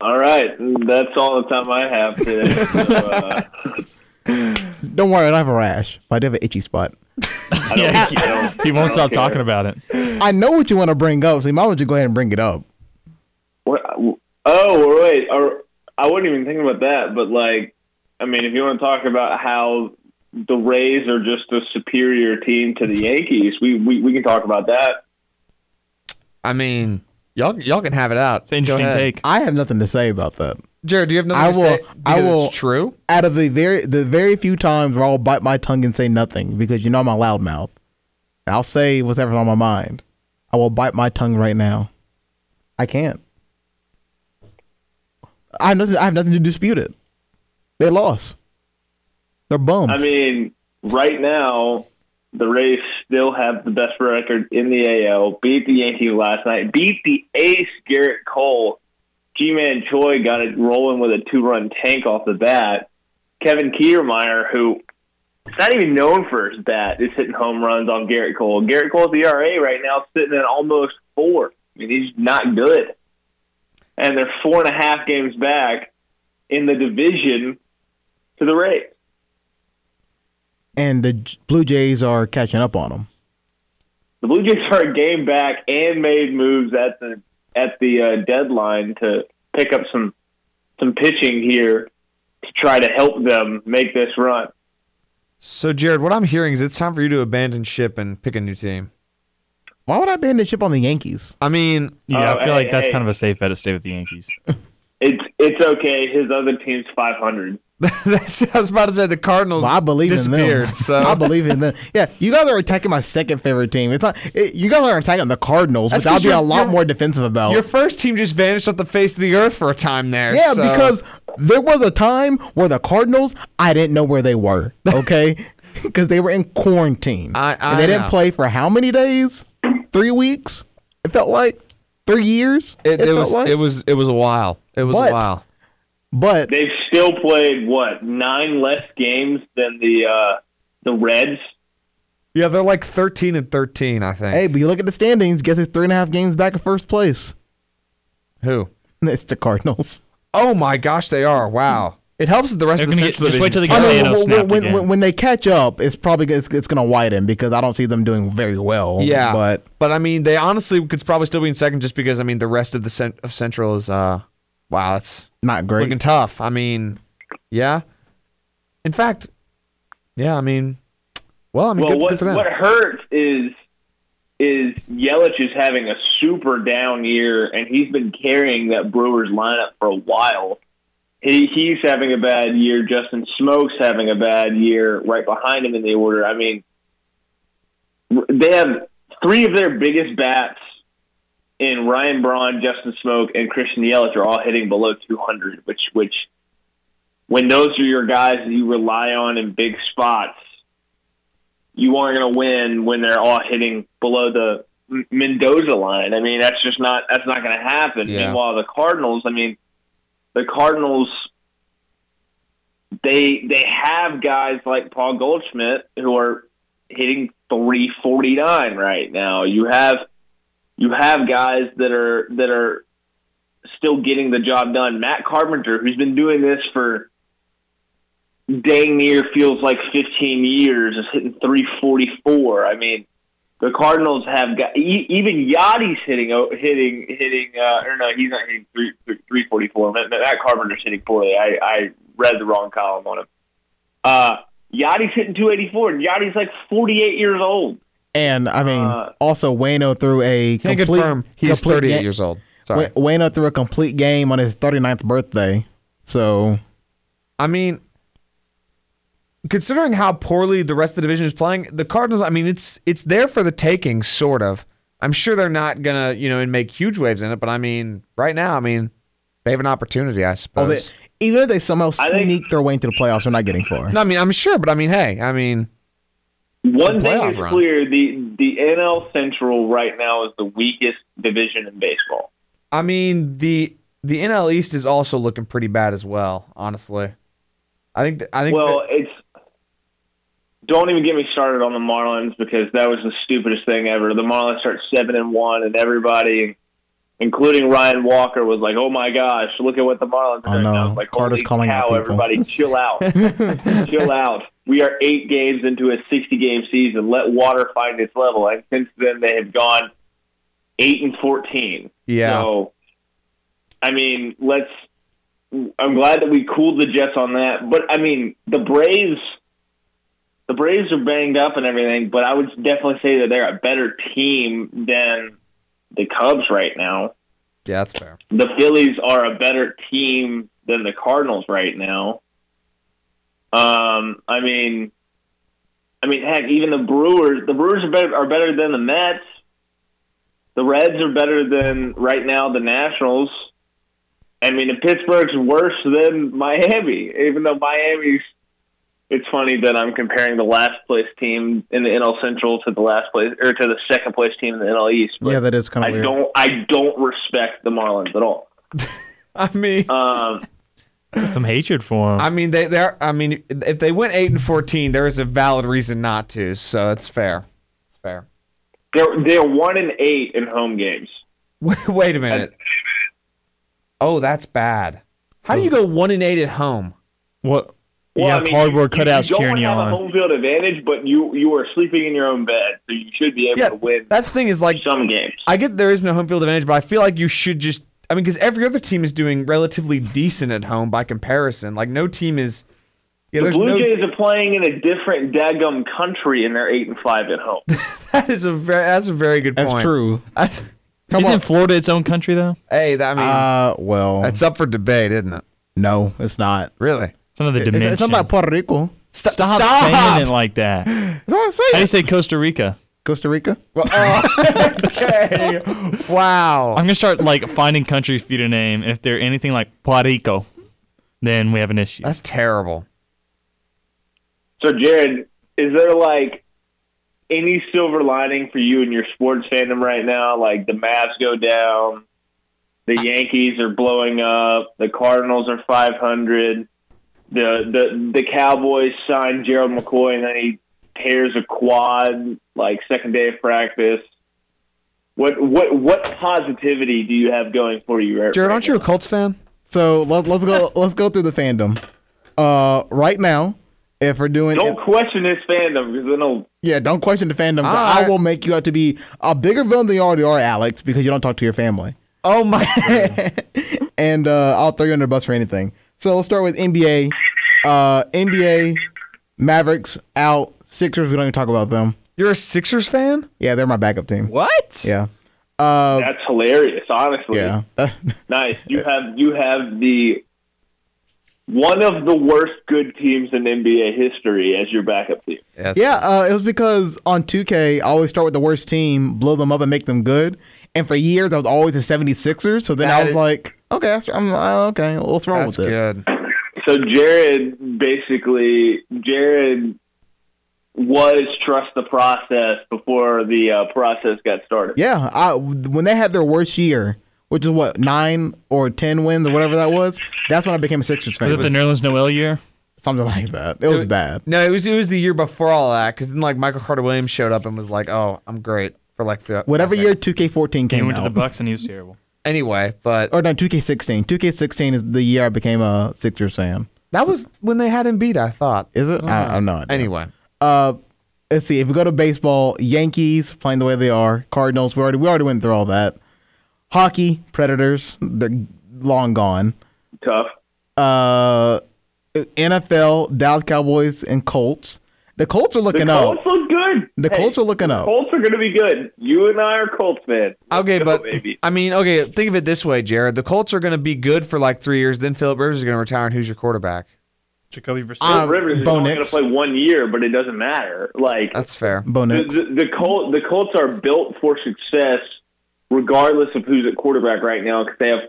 All right, that's all the time I have today. So, uh,
don't worry, I don't have a rash, but I do have an itchy spot.
I don't, you know,
he won't
I don't
stop
care.
talking about it.
I know what you want to bring up, so you might as well just go ahead and bring it up.
What, oh wait, or, I wasn't even thinking about that. But like, I mean, if you want to talk about how the Rays are just a superior team to the Yankees. We we, we can talk about that.
I mean, y'all y'all can have it out.
It's an interesting take.
Oh,
I have nothing to say about that.
Jared, do you have nothing
I
to
will-
say?
I
because
will-
It's true.
Out of the very the very few times where I'll bite my tongue and say nothing because you know I'm a loudmouth. I'll say whatever's on my mind. I will bite my tongue right now. I can't. I have nothing. I have nothing to dispute it. They lost. They're bums.
I mean, right now the Rays still have the best record in the AL. Beat the Yankees last night. Beat the ace Garrett Cole. G-Man Choi got it rolling with a two-run tank off the bat. Kevin Kiermeyer, who is not even known for his bat, is hitting home runs on Garrett Cole. Garrett Cole's ERA right now is sitting at almost four. I mean, he's not good. And they're four and a half games back in the division to the Rays.
and the J- Blue Jays are catching up on them.
the Blue Jays are a game back and made moves at the at the uh, deadline to pick up some some pitching here to try to help them make this run.
So, Jared, what I'm hearing is it's time for you to abandon ship and pick a new team.
Why would I be in the ship on the Yankees?
I mean,
Yeah, I
Oh,
feel like
hey,
that's
hey.
kind of a safe bet to stay with the Yankees.
It's it's okay. His other team's five hundred.
that's I was about to say the Cardinals
Well, I believe in
disappeared.
them.
So
I believe in them. Yeah, you guys are attacking my second favorite team. It's not it, you guys are attacking the Cardinals,
That's
which I'll
'cause
be a
you're-
lot
you're-
more defensive about.
your first team just vanished off the face of the earth for a time there.
Yeah,
so-
because there was a time where the Cardinals, I didn't know where they were. Okay, because they were in quarantine
I- I
and they
know.
didn't play for how many days? Three weeks. It felt like three years.
it, it
felt
was
like.
it was it was a while. It was
But-
a while.
but
They've still played what nine less games than the uh, the Reds.
Yeah, they're like 13 and 13, I think.
hey, but you look at the standings. Guess it's three and a half games back in first place.
Who?
It's the Cardinals.
Oh my gosh, they are. Wow. It helps that the rest
They're
of the
gonna get-
Central
just wait till
Division.
they
I
get
mean,
Atlanta
when-
snapped
when,
again.
when, when they catch up, it's probably gonna- it's, it's going to widen because I don't see them doing very well.
Yeah,
but
but I mean, they honestly could probably still be in second just because I mean the rest of the cent- of Central is uh, wow, that's
not great.
looking tough. I mean, yeah. In fact, yeah, I mean, well, I mean,
Well,
good,
what
good for them.
what hurts is is Yelich is having a super down year, and he's been carrying that Brewers lineup for a while. He he's having a bad year. Justin Smoke's having a bad year. Right behind him in the order. I mean, they have three of their biggest bats in Ryan Braun, Justin Smoke, and Christian Yelich are all hitting below 200, which which when those are your guys that you rely on in big spots, you aren't going to win when they're all hitting below the M- Mendoza line. I mean, that's just not that's not going to happen.
Yeah.
Meanwhile, the Cardinals, I mean, the Cardinals they they have guys like Paul Goldschmidt who are hitting 349 right now. You have you have guys that are that are still getting the job done. Matt Carpenter, who's been doing this for dang near feels like 15 years, is hitting 344. I mean, the Cardinals have got e- even Yachty's hitting o- hitting hitting. Uh, or no, he's not hitting three three forty four. Matt, Matt Carpenter's hitting poorly. I, I read the wrong column on him. Uh, Yachty's hitting two eighty four, and Yachty's like forty eight years old.
and I mean,
Uh,
also Wayno threw a
Can't
complete.
confirm he is
complete
38
ga-
years old. Sorry.
Wa- Wayno threw a complete game on his 39th birthday. So
I mean, considering how poorly the rest of the division is playing, the Cardinals. I mean, it's it's there for the taking, sort of. I'm sure they're not gonna, you know, and make huge waves in it, but I mean, right now, I mean, they have an opportunity, I
oh, they-
suppose.
even if they somehow
I
sneak
think-
their way into the playoffs, they're not getting far.
no, I mean, I'm sure, but I mean, hey, I mean,
One
The
thing
playoff
is
run.
clear: the the NL Central right now is the weakest division in baseball.
I mean the the NL East is also looking pretty bad as well. Honestly, I think th- I think
Well,
that-
it's don't even get me started on the Marlins because that was the stupidest thing ever. The Marlins start seven and one, and everybody, including Ryan Walker, was like, "Oh my gosh, look at what the Marlins
Oh,
are doing!"
no.
I was like,
Carter's
"Holy
calling out people."
cow, everybody, chill out, chill out. We are eight games into a sixty-game season. Let water find its level." And since then, they have gone eight and fourteen.
yeah.
So, I mean, let's. I'm glad that we cooled the Jets on that, but I mean, the Braves the Braves are banged up and everything, but I would definitely say that they're a better team than the Cubs right now.
Yeah, that's fair.
The Phillies are a better team than the Cardinals right now. Um, I mean, I mean, heck, even the Brewers, the Brewers are better, are better than the Mets. The Reds are better than right now the Nationals. I mean, and Pittsburgh's worse than Miami, even though Miami's. It's funny that I'm comparing the last place team in the NL Central to the last place or to the second place team in the NL East. but
Yeah, that is kind
I
of weird.
don't. I don't respect the Marlins at all.
I mean,
Um,
Some hatred for him.
I mean, they they I mean, if they went eight and fourteen, there is a valid reason not to. So that's fair. It's fair.
they're they're one and eight in home games.
Wait, wait a minute. Oh, that's bad. How do you go one and eight at home?
what?
Well,
you have
I mean,
cardboard
you-
cutouts
you don't
cheering you
have a
on.
home field advantage, but you you are sleeping in your own bed, so you should be able
Yeah,
to win
that's the thing is like
some games.
I get there is no home field advantage, but I feel like you should just. I mean, because every other team is doing relatively decent at home by comparison. Like no team is. Yeah,
the
there's
Blue
no.
Jays are playing in a different daggum country, and they're eight and five at home.
That is a very. That's a very good
That's
point.
true.
That's-
Come
Isn't
on.
Florida its own country though?
hey, that I mean,
Uh, well,
that's up for debate, isn't it?
no, it's not.
Really?
It's another
It's,
dimension.
it's not about Puerto Rico.
Stop!
Stop, saying it like that.
That's what I'm
I
saying.
say Costa Rica.
Costa Rica.
okay. wow.
I'm gonna start like finding countries for you to name. If they're anything like Puerto Rico, then we have an issue.
That's terrible.
so, Jared, is there like any silver lining for you in your sports fandom right now? Like the Mavs go down, the Yankees are blowing up, the Cardinals are five hundred, the the the Cowboys signed Gerald McCoy and then he tears a quad like second day of practice. What what what positivity do you have going for you, right?
Jared,
right
aren't you a Colts fan?
So let, let's go. let's go through the fandom. Uh, right now, if we're doing,
Don't question his fandom because then he'll
yeah, don't question the fandom. 'cause
All
I
right.
will make you out to be a bigger villain than you already are, Alex, because you don't talk to your family.
Oh my!
and uh, I'll throw you under the bus for anything. So let's start with NBA. Uh, NBA Mavericks out. Sixers. We don't even talk about them.
You're a Sixers fan?
Yeah, they're my backup team.
What?
Yeah.
Oh.
that's hilarious, honestly.
Yeah.
Nice. You have you have the one of the worst good teams in NBA history as your backup team.
yeah. Uh, it was because on 2K, I always start with the worst team, blow them up, and make them good. And for years, I was always the 76ers. So then
That
I was
is-
like, okay, that's, I'm uh, okay. What's wrong
That's
with it?
good.
So Jared basically Jared was trust the process before the uh, process got started.
Yeah, I, when they had their worst year, which is what nine or ten wins or whatever that was, that's when I became a Sixers fan.
Was it the Nerlens Noel year?
Something like that. It was bad.
No, it was it was the year before all that because then like Michael Carter Williams showed up and was like, "Oh, I'm great for like fi-
Whatever
five
year
seconds.
2K14
He
came
went to the
out.
Bucks and he was terrible.
Anyway, but
or no, 2K16. 2K16 is the year I became a Sixers fan.
that was when they had him beat. I thought.
Is it? I, I have no idea.
Anyway,
Uh, let's see. If we go to baseball, Yankees playing the way they are. Cardinals. We already we already went through all that. Hockey. Predators. They're long gone.
Tough.
Uh, NFL. Dallas Cowboys and Colts. The Colts are
The
looking
Colts
up.
look good.
The Colts are looking up.
Colts are going to be good. You and I are Colts fans. Let's
okay,
go,
but
baby.
I mean, okay, think of it this way, Jared. The Colts are going to be good for like three years. Then Philip Rivers is going to retire, and who's your quarterback?
Jacoby Brissett.
Uh,
um,
Rivers is
Bo
only going to
Nix.
play one year, but it doesn't matter. Like
That's fair.
Bo
the,
Nix.
the, the, Col- the Colts are built for success, regardless of who's at quarterback right now, because they have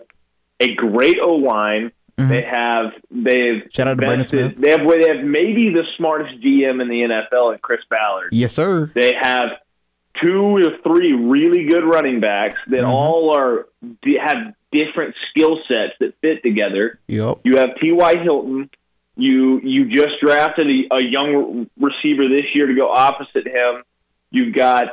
a great O line. They have they've
Mm-hmm. Shout out to Brandon Smith.
invested- They have they have maybe the smartest GM in the NFL, and Chris Ballard.
Yes, sir.
They have two or three really good running backs that
Mm-hmm.
all are have different skill sets that fit together.
Yep.
You have T.Y. Hilton. You you just drafted a, a young re- receiver this year to go opposite him. You've got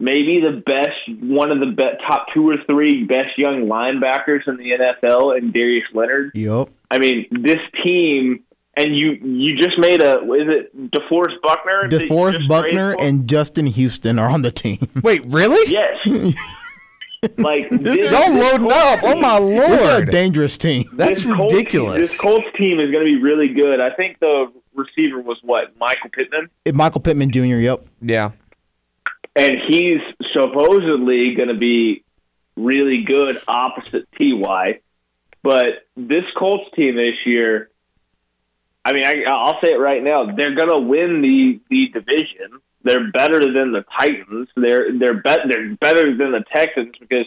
maybe the best, one of the be- top two or three best young linebackers in the NFL, and Darius Leonard.
Yep.
I mean, this team, and you you just made a is it DeForest Buckner? that you
DeForest
just
Buckner
traded for?
and Justin Houston are on the team.
Wait, really?
yes, like this,
Y'all loading up. Oh my
We're a
lord,
dangerous team.
that's
Colts team-
ridiculous.
this Colts team is going to be really good. I think the receiver was what Michael Pittman,
It, Michael Pittman Jr. Yep.
Yeah.
and he's supposedly going to be really good opposite Ty. But this Colts team this year, I mean, I, I'll say it right now, they're going to win the the division. They're better than the Titans. They're they're bet they're better than the Texans because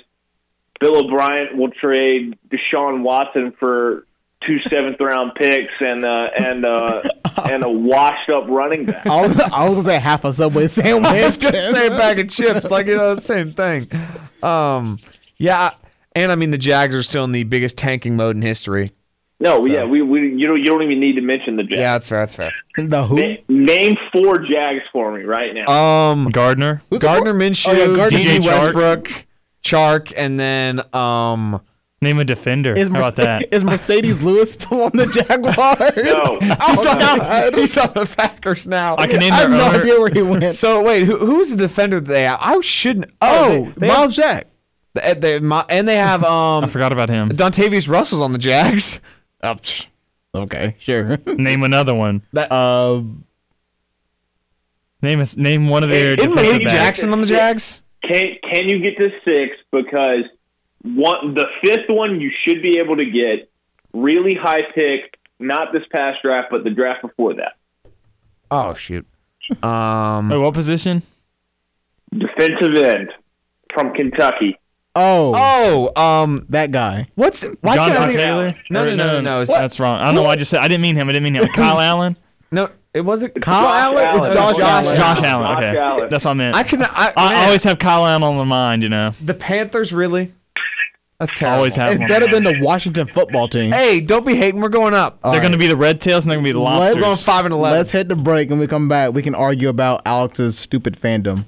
Bill O'Brien will trade Deshaun Watson for two seventh round picks and uh, and uh, and a washed up running back.
I was, I was at half a Subway sandwich.
I was gonna say a bag of chips, like you know, the same thing. Um, yeah, and I mean the Jags are still in the biggest tanking mode in history.
No, yeah, we, we you don't you don't even need to mention the Jags.
Yeah, that's fair. That's fair.
the who?
Na- Name four Jags for me right now.
Um,
Gardner.
Gardner Minshew,
Oh, yeah, Gardner-
DJ
DJ Chark.
Westbrook, Chark, and then um,
Name a defender. How about
Merce-
that?
is Mercedes Lewis still on the Jaguars?
No.
I'm
he's, on
sorry.
the, he's on the Packers now.
I can name
I
their
have no
owner.
idea where he went.
So wait, who who's the defender that they have? I shouldn't. Oh,
oh,
they, they
Miles Jack.
have, they, they- and they have
I
um,
forgot about him.
Dontavius Russell's on the Jags.
Oh, psh. okay, sure.
Name another one.
uh,
Um,
Name is name one of their
Isn't
defensive
Malik
backs.
Jackson on the Jags.
Can can you get to six? Because one the fifth one you should be able to get really high pick, not this past draft, but the draft before that.
Oh shoot. Um,
Wait, what position?
Defensive end from Kentucky.
oh,
oh, um,
that guy.
what's why
John
can't I
Don
think-
Taylor?
No,
Or
no, no, no, no. It's-
That's wrong. I don't know why I just said I didn't mean him. I didn't mean him. Kyle Allen?
No, it wasn't.
Kyle Allen? It's Josh Allen.
Josh
Josh
Allen. Okay.
Allen.
That's what I meant.
I can. I,
I
man,
always have Kyle Allen on the mind, you know.
the Panthers really. That's
I
terrible.
always have
It's
one.
better than the Washington football team.
Hey, don't be hating. We're going up.
They're going to be the Red Tails and they're going to be the
Let's-
Lobsters.
We're going five and 11
Let's hit the break and we come back. We can argue about Alex's stupid fandom. Uh,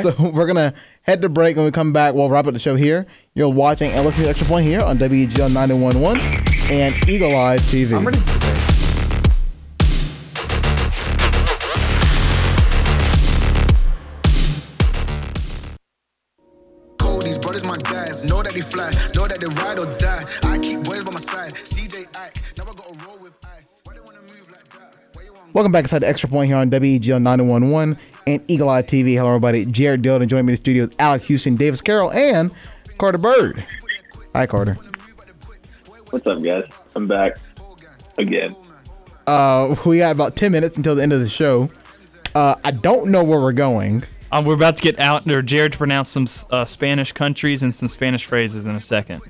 so we're gonna head to break and we come back. We'll wrap up the show here. You're watching LSU Extra Point here on WGL 911 and Eagle Eye TV.
I'm ready.
Cold, these brothers my guys. Know that they fly, know that they ride or die. I keep boys by my side. CJ Ike, never gotta roll with ice. Why they wanna move like that? Why you want
Welcome back inside the Extra Point here on E WEGL 911 and Eagle Eye TV. Hello, everybody. Jared Dillon and joining me in the studio is Alex Houston, Davis Carroll, and Carter Bird. Hi, Carter.
What's up, guys? I'm back again.
Uh, we got about 10 minutes until the end of the show. Uh, I don't know where we're going.
Um, we're about to get out or Jared to pronounce some uh, Spanish countries and some Spanish phrases in a second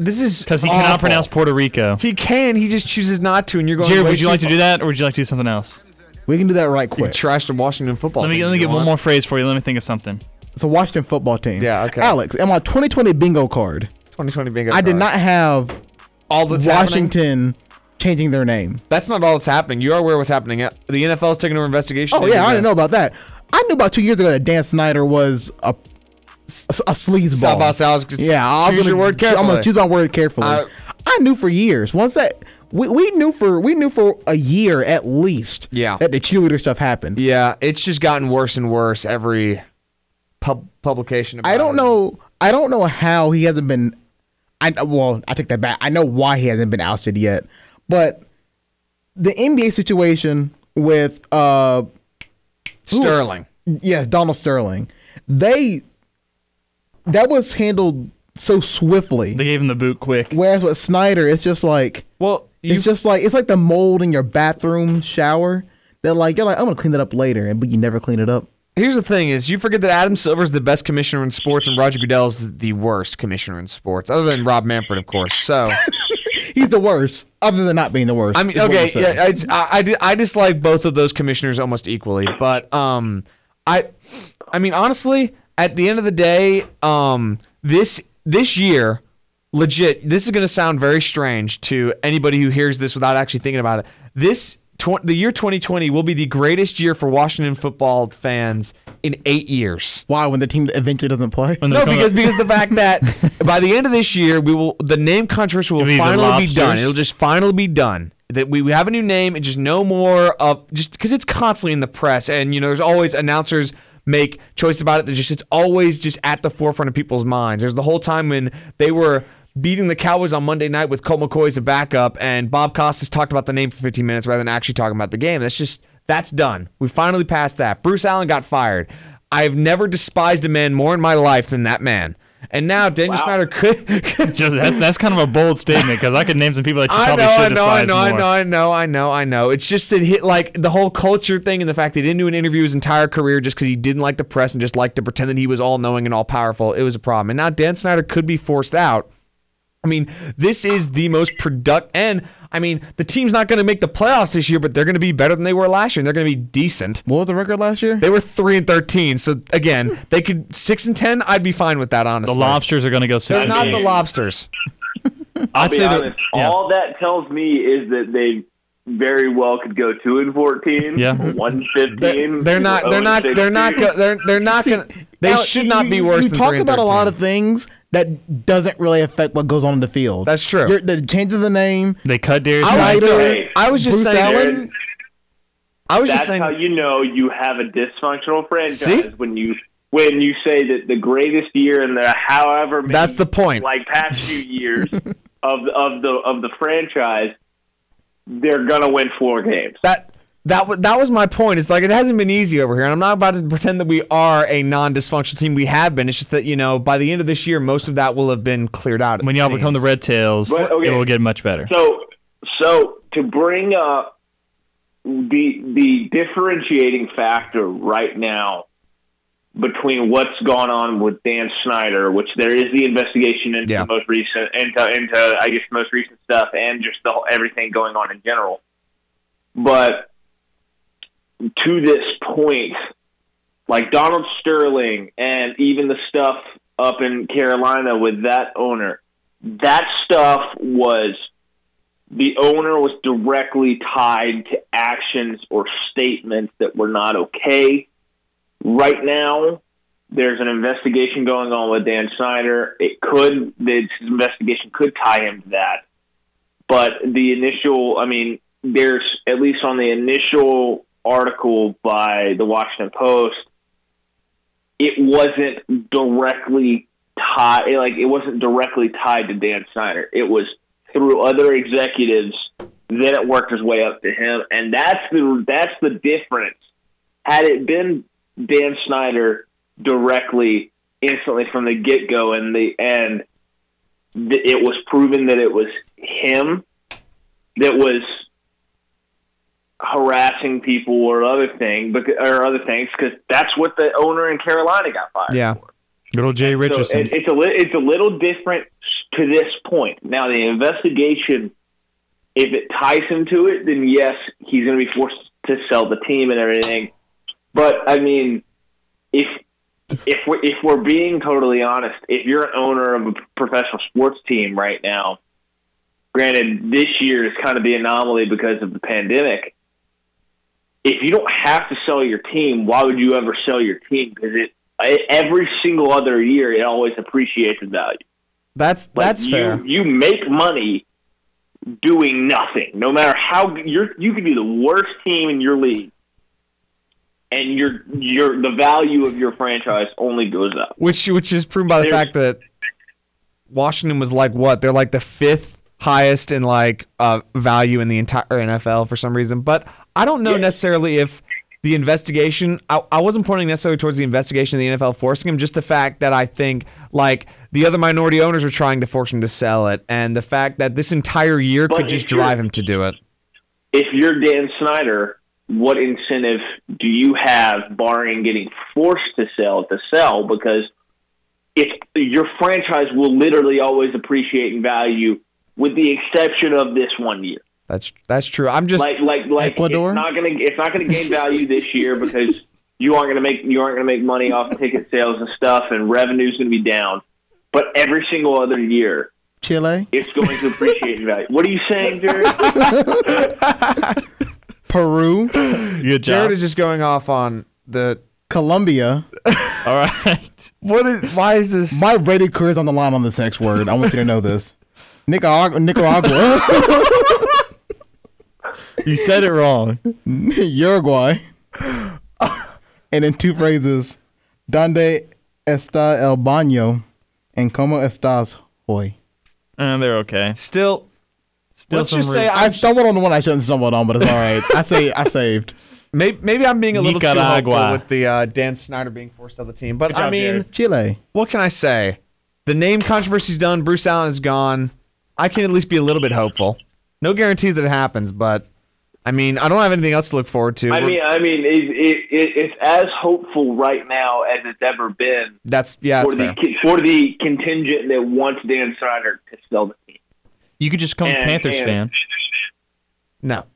This is
because he
awful.
cannot pronounce Puerto Rico.
He can. He just chooses not to. And you're going.
Jared,
way
would you
too
like to
far.
do that or would you like to do something else?
We can do that right
You
quick.
trash the Washington football.
Let me
team.
let me
You
get one
want?
more phrase for you. Let me think of something.
It's a Washington football team.
Yeah, okay.
Alex, on my 2020 bingo card,
2020 bingo.
I did
card.
not have
All that's happening.
Washington changing their name.
That's not all that's happening. You are aware of what's happening. The NFL's taking over investigation.
Oh, yeah, I didn't know about that. I knew about two years ago that Dan Snyder was a, a, a sleazeball.
Stop us, Alex.
Yeah, I was
choose
gonna,
your word
I'm
carefully.
gonna choose my word carefully.
I-
I knew for years. Once that we, we knew for we knew for a year at least.
Yeah.
That the cheerleader stuff happened.
Yeah, it's just gotten worse and worse every pub- publication. About
I don't
it.
know. I don't know how he hasn't been. I well, I take that back. I know why he hasn't been ousted yet, but the NBA situation with uh
Sterling.
yes Donald Sterling, they that was handled so swiftly.
They gave him the boot quick.
Whereas with Snyder, it's just like
Well, you
it's just like it's like the mold in your bathroom shower that like you're like I'm gonna clean it up later, and but you never clean it up.
here's the thing: is you forget that Adam Silver's the best commissioner in sports, and Roger Goodell is the worst commissioner in sports, other than Rob Manfred, of course. So
He's the worst, other than not being the worst.
I mean,
is what
okay,
I'm saying.
yeah, it's- I, I, di- I dislike both of those commissioners almost equally, but um, I, I mean, honestly, at the end of the day, um, this this year, legit, this is gonna sound very strange to anybody who hears this without actually thinking about it. This tw- the year 2020 will be the greatest year for Washington football fans in eight years.
Why when the team eventually doesn't play?
When
No,
they're coming
because
up-
because the fact that by the end of this year, we will the name controversy will
It'll be the
finally be done.
lobsters.
It'll just finally be done. That we, we have a new name and just no more of just because it's constantly in the press and you know there's always announcers make choice about it. They're just it's always just at the forefront of people's minds. There's the whole time when they were beating the Cowboys on Monday night with Colt McCoy as a backup, and Bob Costas talked about the name for 15 minutes rather than actually talking about the game. That's just that's done. We finally passed that. Bruce Allen got fired. I have never despised a man more in my life than that man. And now Daniel Snyder could.
Just, that's that's kind of a bold statement because I could name some people that you
I
probably
know, I
should
know, I
despise
know, I
more.
know, I know, I know, I know. It's just that hit like the whole culture thing and the fact that he didn't do an interview his entire career just because he didn't like the press and just liked to pretend that he was all knowing and all powerful. It was a problem. And now Dan Snyder could be forced out. I mean, this is the most product, and I mean, the team's not going to make the playoffs this year, but they're going to be better than they were last year. and They're going to be decent.
What was the record last year?
They were three and thirteen, so again, they could six and ten. I'd be fine with that, honestly.
The lobsters are going to go six.
They're
and
not
eight.
the lobsters.
I'll
I'd
be
say that-
honest.
yeah.
All that tells me is that they very well could go two and fourteen.
Yeah.
one
They're,
fifteen. oh
they're not. They're not. They're not. go- They're they're not gonna. They
Now,
should
you-
not be
you-
worse
You
than
talk
three and
about a lot
13.
of things that doesn't really affect what goes on in the field.
That's true.
You're, the change of the name.
They cut Darius
I was,
Snyder,
Hey,
I was just
Bruce
saying.
Allen.
I was just
That's how
saying.
you know you have a dysfunctional franchise
See?
when you when you say that the greatest year in the however many
That's the point.
like past few years of of the of the franchise, they're gonna win four games.
that that was that was my point. It's like it hasn't been easy over here, and I'm not about to pretend that we are a non-dysfunctional team. We have been. It's just that you know by the end of this year, most of that will have been cleared out. it
when y'all
seems.
become the Red Tails,
But, okay.
it will get much better.
So, so to bring up the the differentiating factor right now between what's gone on with Dan Snyder, which there is the investigation into
Yeah.
the most recent into into I guess the most recent stuff, and just the whole, everything going on in general. But to this point, like Donald Sterling and even the stuff up in Carolina with that owner, that stuff was the owner was directly tied to actions or statements that were not okay. Right now, there's an investigation going on with Dan Snyder. It could this investigation could tie him to that, but the initial, I mean, there's at least on the initial article by the Washington Post, it wasn't directly tied like it wasn't directly tied to Dan Snyder. It was through other executives, then it worked its way up to him, and that's the that's the difference. Had it been Dan Snyder directly, instantly from the get go, and the end, th- it was proven that it was him that was harassing people or other thing, becau- or other things, because that's what the owner in Carolina got fired.
yeah.
Good old Jay
So
Richardson.
it, it's a li- it's a little different to this point. Now the investigation, if it ties him to it, then yes, he's going to be forced to sell the team and everything. But I mean, if if we're, if we're being totally honest, if you're an owner of a professional sports team right now, granted this year is kind of the anomaly because of the pandemic. If you don't have to sell your team, why would you ever sell your team? Because it I- every single other year it always appreciates in value.
That's
Like,
that's
you,
fair.
You make money doing nothing, no matter how you're. You could be the worst team in your league, and your your the value of your franchise only goes up.
Which which is proven by the
There's-
fact that Washington was like what? They're like the fifth highest in like uh, value in the entire NFL for some reason. But I don't know necessarily if the investigation. I, I wasn't pointing necessarily towards the investigation of the NFL forcing him. Just the fact that I think like the other minority owners are trying to force him to sell it, and the fact that this entire year
But
could just
if you're-
drive him to do it.
if you're Dan Snyder, what incentive do you have, barring getting forced to sell, to sell? Because it's your franchise will literally always appreciate in value, with the exception of this one year.
That's that's true. I'm just
Like, like, like,
Ecuador?
it's not gonna, it's not gonna gain value this year because you aren't gonna make, you aren't gonna make money off ticket sales and stuff, and revenue's gonna be down. But every single other year,
Chile,
it's going to appreciate in value. What are you saying, Jerry?
Peru,
Good job.
Jared is just going off on the
Colombia.
All right.
what is why is this
My rated career's on the line on this next word. I want you to know this. Nicaragua. Nicaragua.
You said it wrong.
Uruguay. and in two phrases, Donde está el baño? And como estás hoy?
Eh, they're okay.
Still,
Still
let's
some
just say
root.
I
I
stumbled on the one I shouldn't stumble on, but it's all right. I say I saved.
maybe, maybe I'm being a little too
Nicaragua.
hopeful with the uh, Dan Snyder being forced out of the team. But I
job,
mean,
Jared.
Chile.
what can I say? The name controversy's done. Bruce Allen is gone. I can at least be a little bit hopeful. No guarantees that it happens, but I mean, I don't have anything else to look forward to.
I mean, I mean, it, it, it, it's as hopeful right now as it's ever been
that's yeah, that's
for the
fair.
con- for the contingent that wants Dan Snyder to sell the team.
You could just become a
And-
Panthers
and-
fan.
No,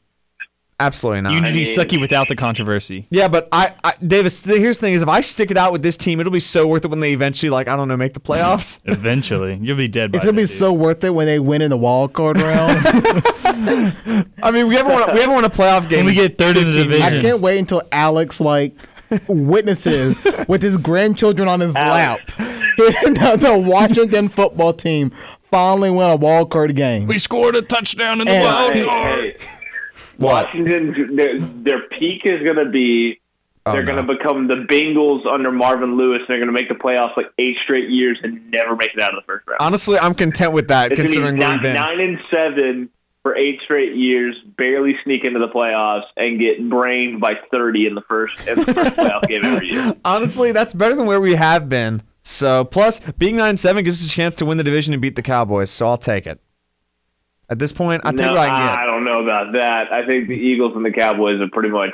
absolutely not.
You need to be
mean-
sucky without the controversy.
Yeah, but I, I Davis. The, here's the thing: is if I stick it out with this team, it'll be so worth it when they eventually, like, I don't know, make the playoffs.
Eventually, you'll be dead by
It's gonna
then,
be
dude.
so worth it when they win in the wild card round.
I mean, we haven't won, we haven't won a playoff game.
When we get third in the
15 years.
I
division.
can't wait until Alex like witnesses with his grandchildren on his lap the, the Washington football team finally win a wild card game.
We scored a touchdown in the
And-
wild
Hey,
card.
Hey, Washington's their, their peak is going to be they're
Oh, no.
going to become the Bengals under Marvin Lewis. And they're going to make the playoffs like eight straight years and never make it out of the first round.
Honestly, I'm content with that,
It's gonna
considering
be
where we've
nine,
been.
nine and seven for eight straight years, barely sneak into the playoffs and get brained by thirty in the first, in the first playoff game every year.
Honestly, that's better than where we have been. So, plus being nine and seven gives us a chance to win the division and beat the Cowboys. So I'll take it. At this point, I take
No,
what I can
I,
get.
don't know about that. I think the Eagles and the Cowboys are pretty much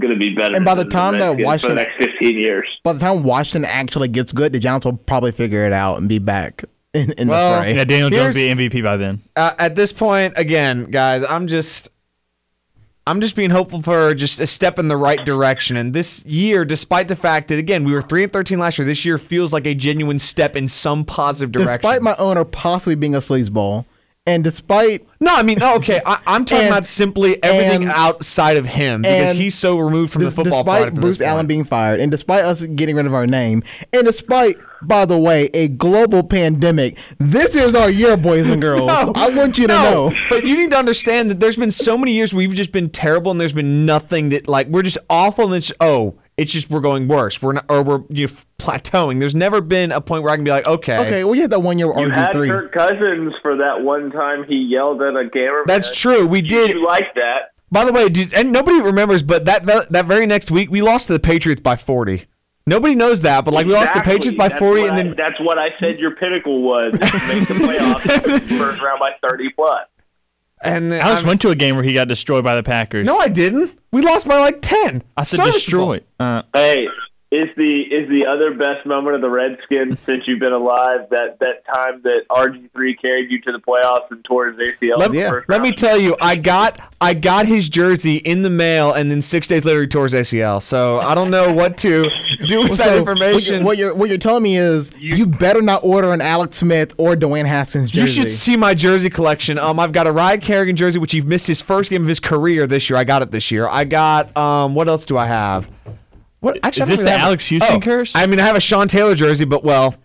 going to be better.
And by the
than
time that
Redskins for the
Washington-
next fifteen years,
By the time Washington actually gets good, the Giants will probably figure it out and be back in, in
Well,
the fray.
Yeah, Daniel Jones
Here's-
be MVP by then.
Uh, at this point, again, guys, I'm just. I'm just being hopeful for just a step in the right direction. And this year, despite the fact that again we were three and thirteen last year, this year feels like a genuine step in some positive direction.
Despite my owner possibly being a sleazeball, and despite
no, I mean, no, okay, I, I'm talking
And-
about simply everything
and-
outside of him because
and
he's so removed from the
Des-
football
despite
product. at
Bruce
this
Allen
point.
being fired, and despite us getting rid of our name, and despite, by the way, a global pandemic, this is our year, boys and girls. I want you to
No,
know.
But you need to understand that there's been so many years we've just been terrible and there's been nothing that like we're just awful and it's oh it's just we're going worse we're not or we're you know, plateauing. There's never been a point where I can be like okay,
Okay, we had that one year with
you had
RG3.
Kirk Cousins for that one time he yelled at a cameraman.
that's true we did.
You like that?
By the way, did, and nobody remembers, but that ve- that very next week we lost to the Patriots by 40. Nobody knows that, but like we lost to the
Exactly.
Patriots by
That's
40
what
and
I-
then
that's what I said. Your pinnacle was make the playoffs first round by thirty plus.
and then,
Alex
I'm-
went to a game where he got destroyed by the Packers.
no, I didn't. We lost by like 10.
I said
Serviceable.
destroyed. Uh,
Hey, is the is the other best moment of the Redskins since you've been alive that that time that RG three carried you to the playoffs and tore his ACL?
Let,
in the
Yeah.
first
let me
round?
tell you, I got I got his jersey in the mail, and then six days later he tore his ACL. So I don't know what to do with that
So,
information.
What you're, what you're what you're telling me is you, better not order an Alex Smith or Dwayne Haskins
you
jersey.
should see my jersey collection. Um, I've got a Ryan Kerrigan jersey, which he missed his first game of his career this year. I got it this year. I got um, what else do I have? What actually? I
is
don't
this
really
the
have a- Oh,
Alex Houston curse?
I mean, I have a Sean Taylor jersey, but well,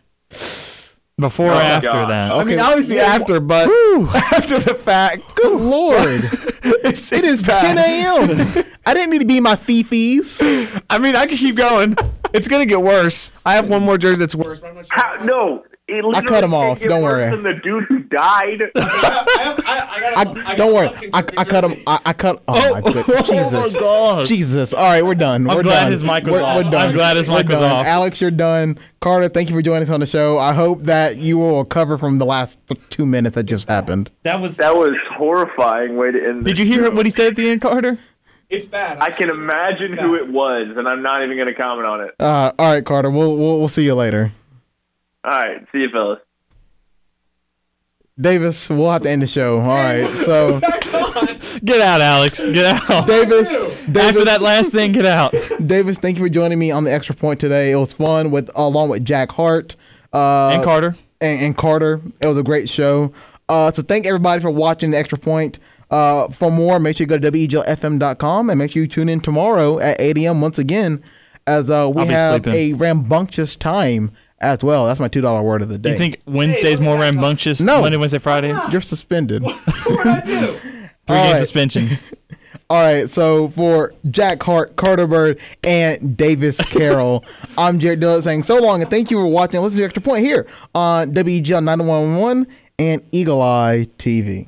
Before or
Oh,
after
God.
that?
Oh.
I mean,
Okay.
obviously after, but after the fact,
Good lord,
it's,
it is 10 a.m. I didn't need to be in my fifis.
I mean, I could keep going. It's gonna get worse. I have one more jersey that's worse. But I'm not sure.
How, no, it
I cut him
literally
off,
can't get
don't
worse
worry.
Than the dude who died.
I, don't worry, I, I cut him. I, I cut. Oh, my goodness, Jesus.
God.
Jesus. All right, we're done. I'm we're
glad
done.
his mic was
we're,
off.
We're done.
I'm glad his
We're
mic was
done.
off.
Alex, you're done. Carter, thank you for joining us on the show. I hope that you will recover from the last two minutes that just happened.
That was.
That was horrifying way to end.
Did
this
you hear
show.
what he said at the end, Carter?
It's bad.
I can imagine who it was, and I'm not even going to comment on it.
Uh, all right, Carter. We'll, we'll we'll see you later.
All right, see you, fellas.
Davis, we'll have to end the show. All right. So
Get out, Alex. Get out.
Davis,
After
Davis,
that last thing, get out.
Davis, thank you for joining me on the extra point today. It was fun with along with Jack Hart. Uh,
and Carter.
and, and Carter. It was a great show. Uh, so thank everybody for watching the Extra Point. Uh, for more, make sure you go to E weglfm.com and make sure you tune in tomorrow at 8 a.m. once again, as uh, we
I'll be
have
sleeping.
a rambunctious time as well. That's my two dollar word of the day.
You think Wednesday's more rambunctious?
No.
Monday, Wednesday, Friday.
you're suspended?
Three
All
game
right.
suspension.
All right. So for Jack Hart, Carter Bird, and Davis Carroll, E I'm Jared Dillard saying so long and thank you for watching. Listen to Extra Point here on WGL 911 and Eagle Eye TV.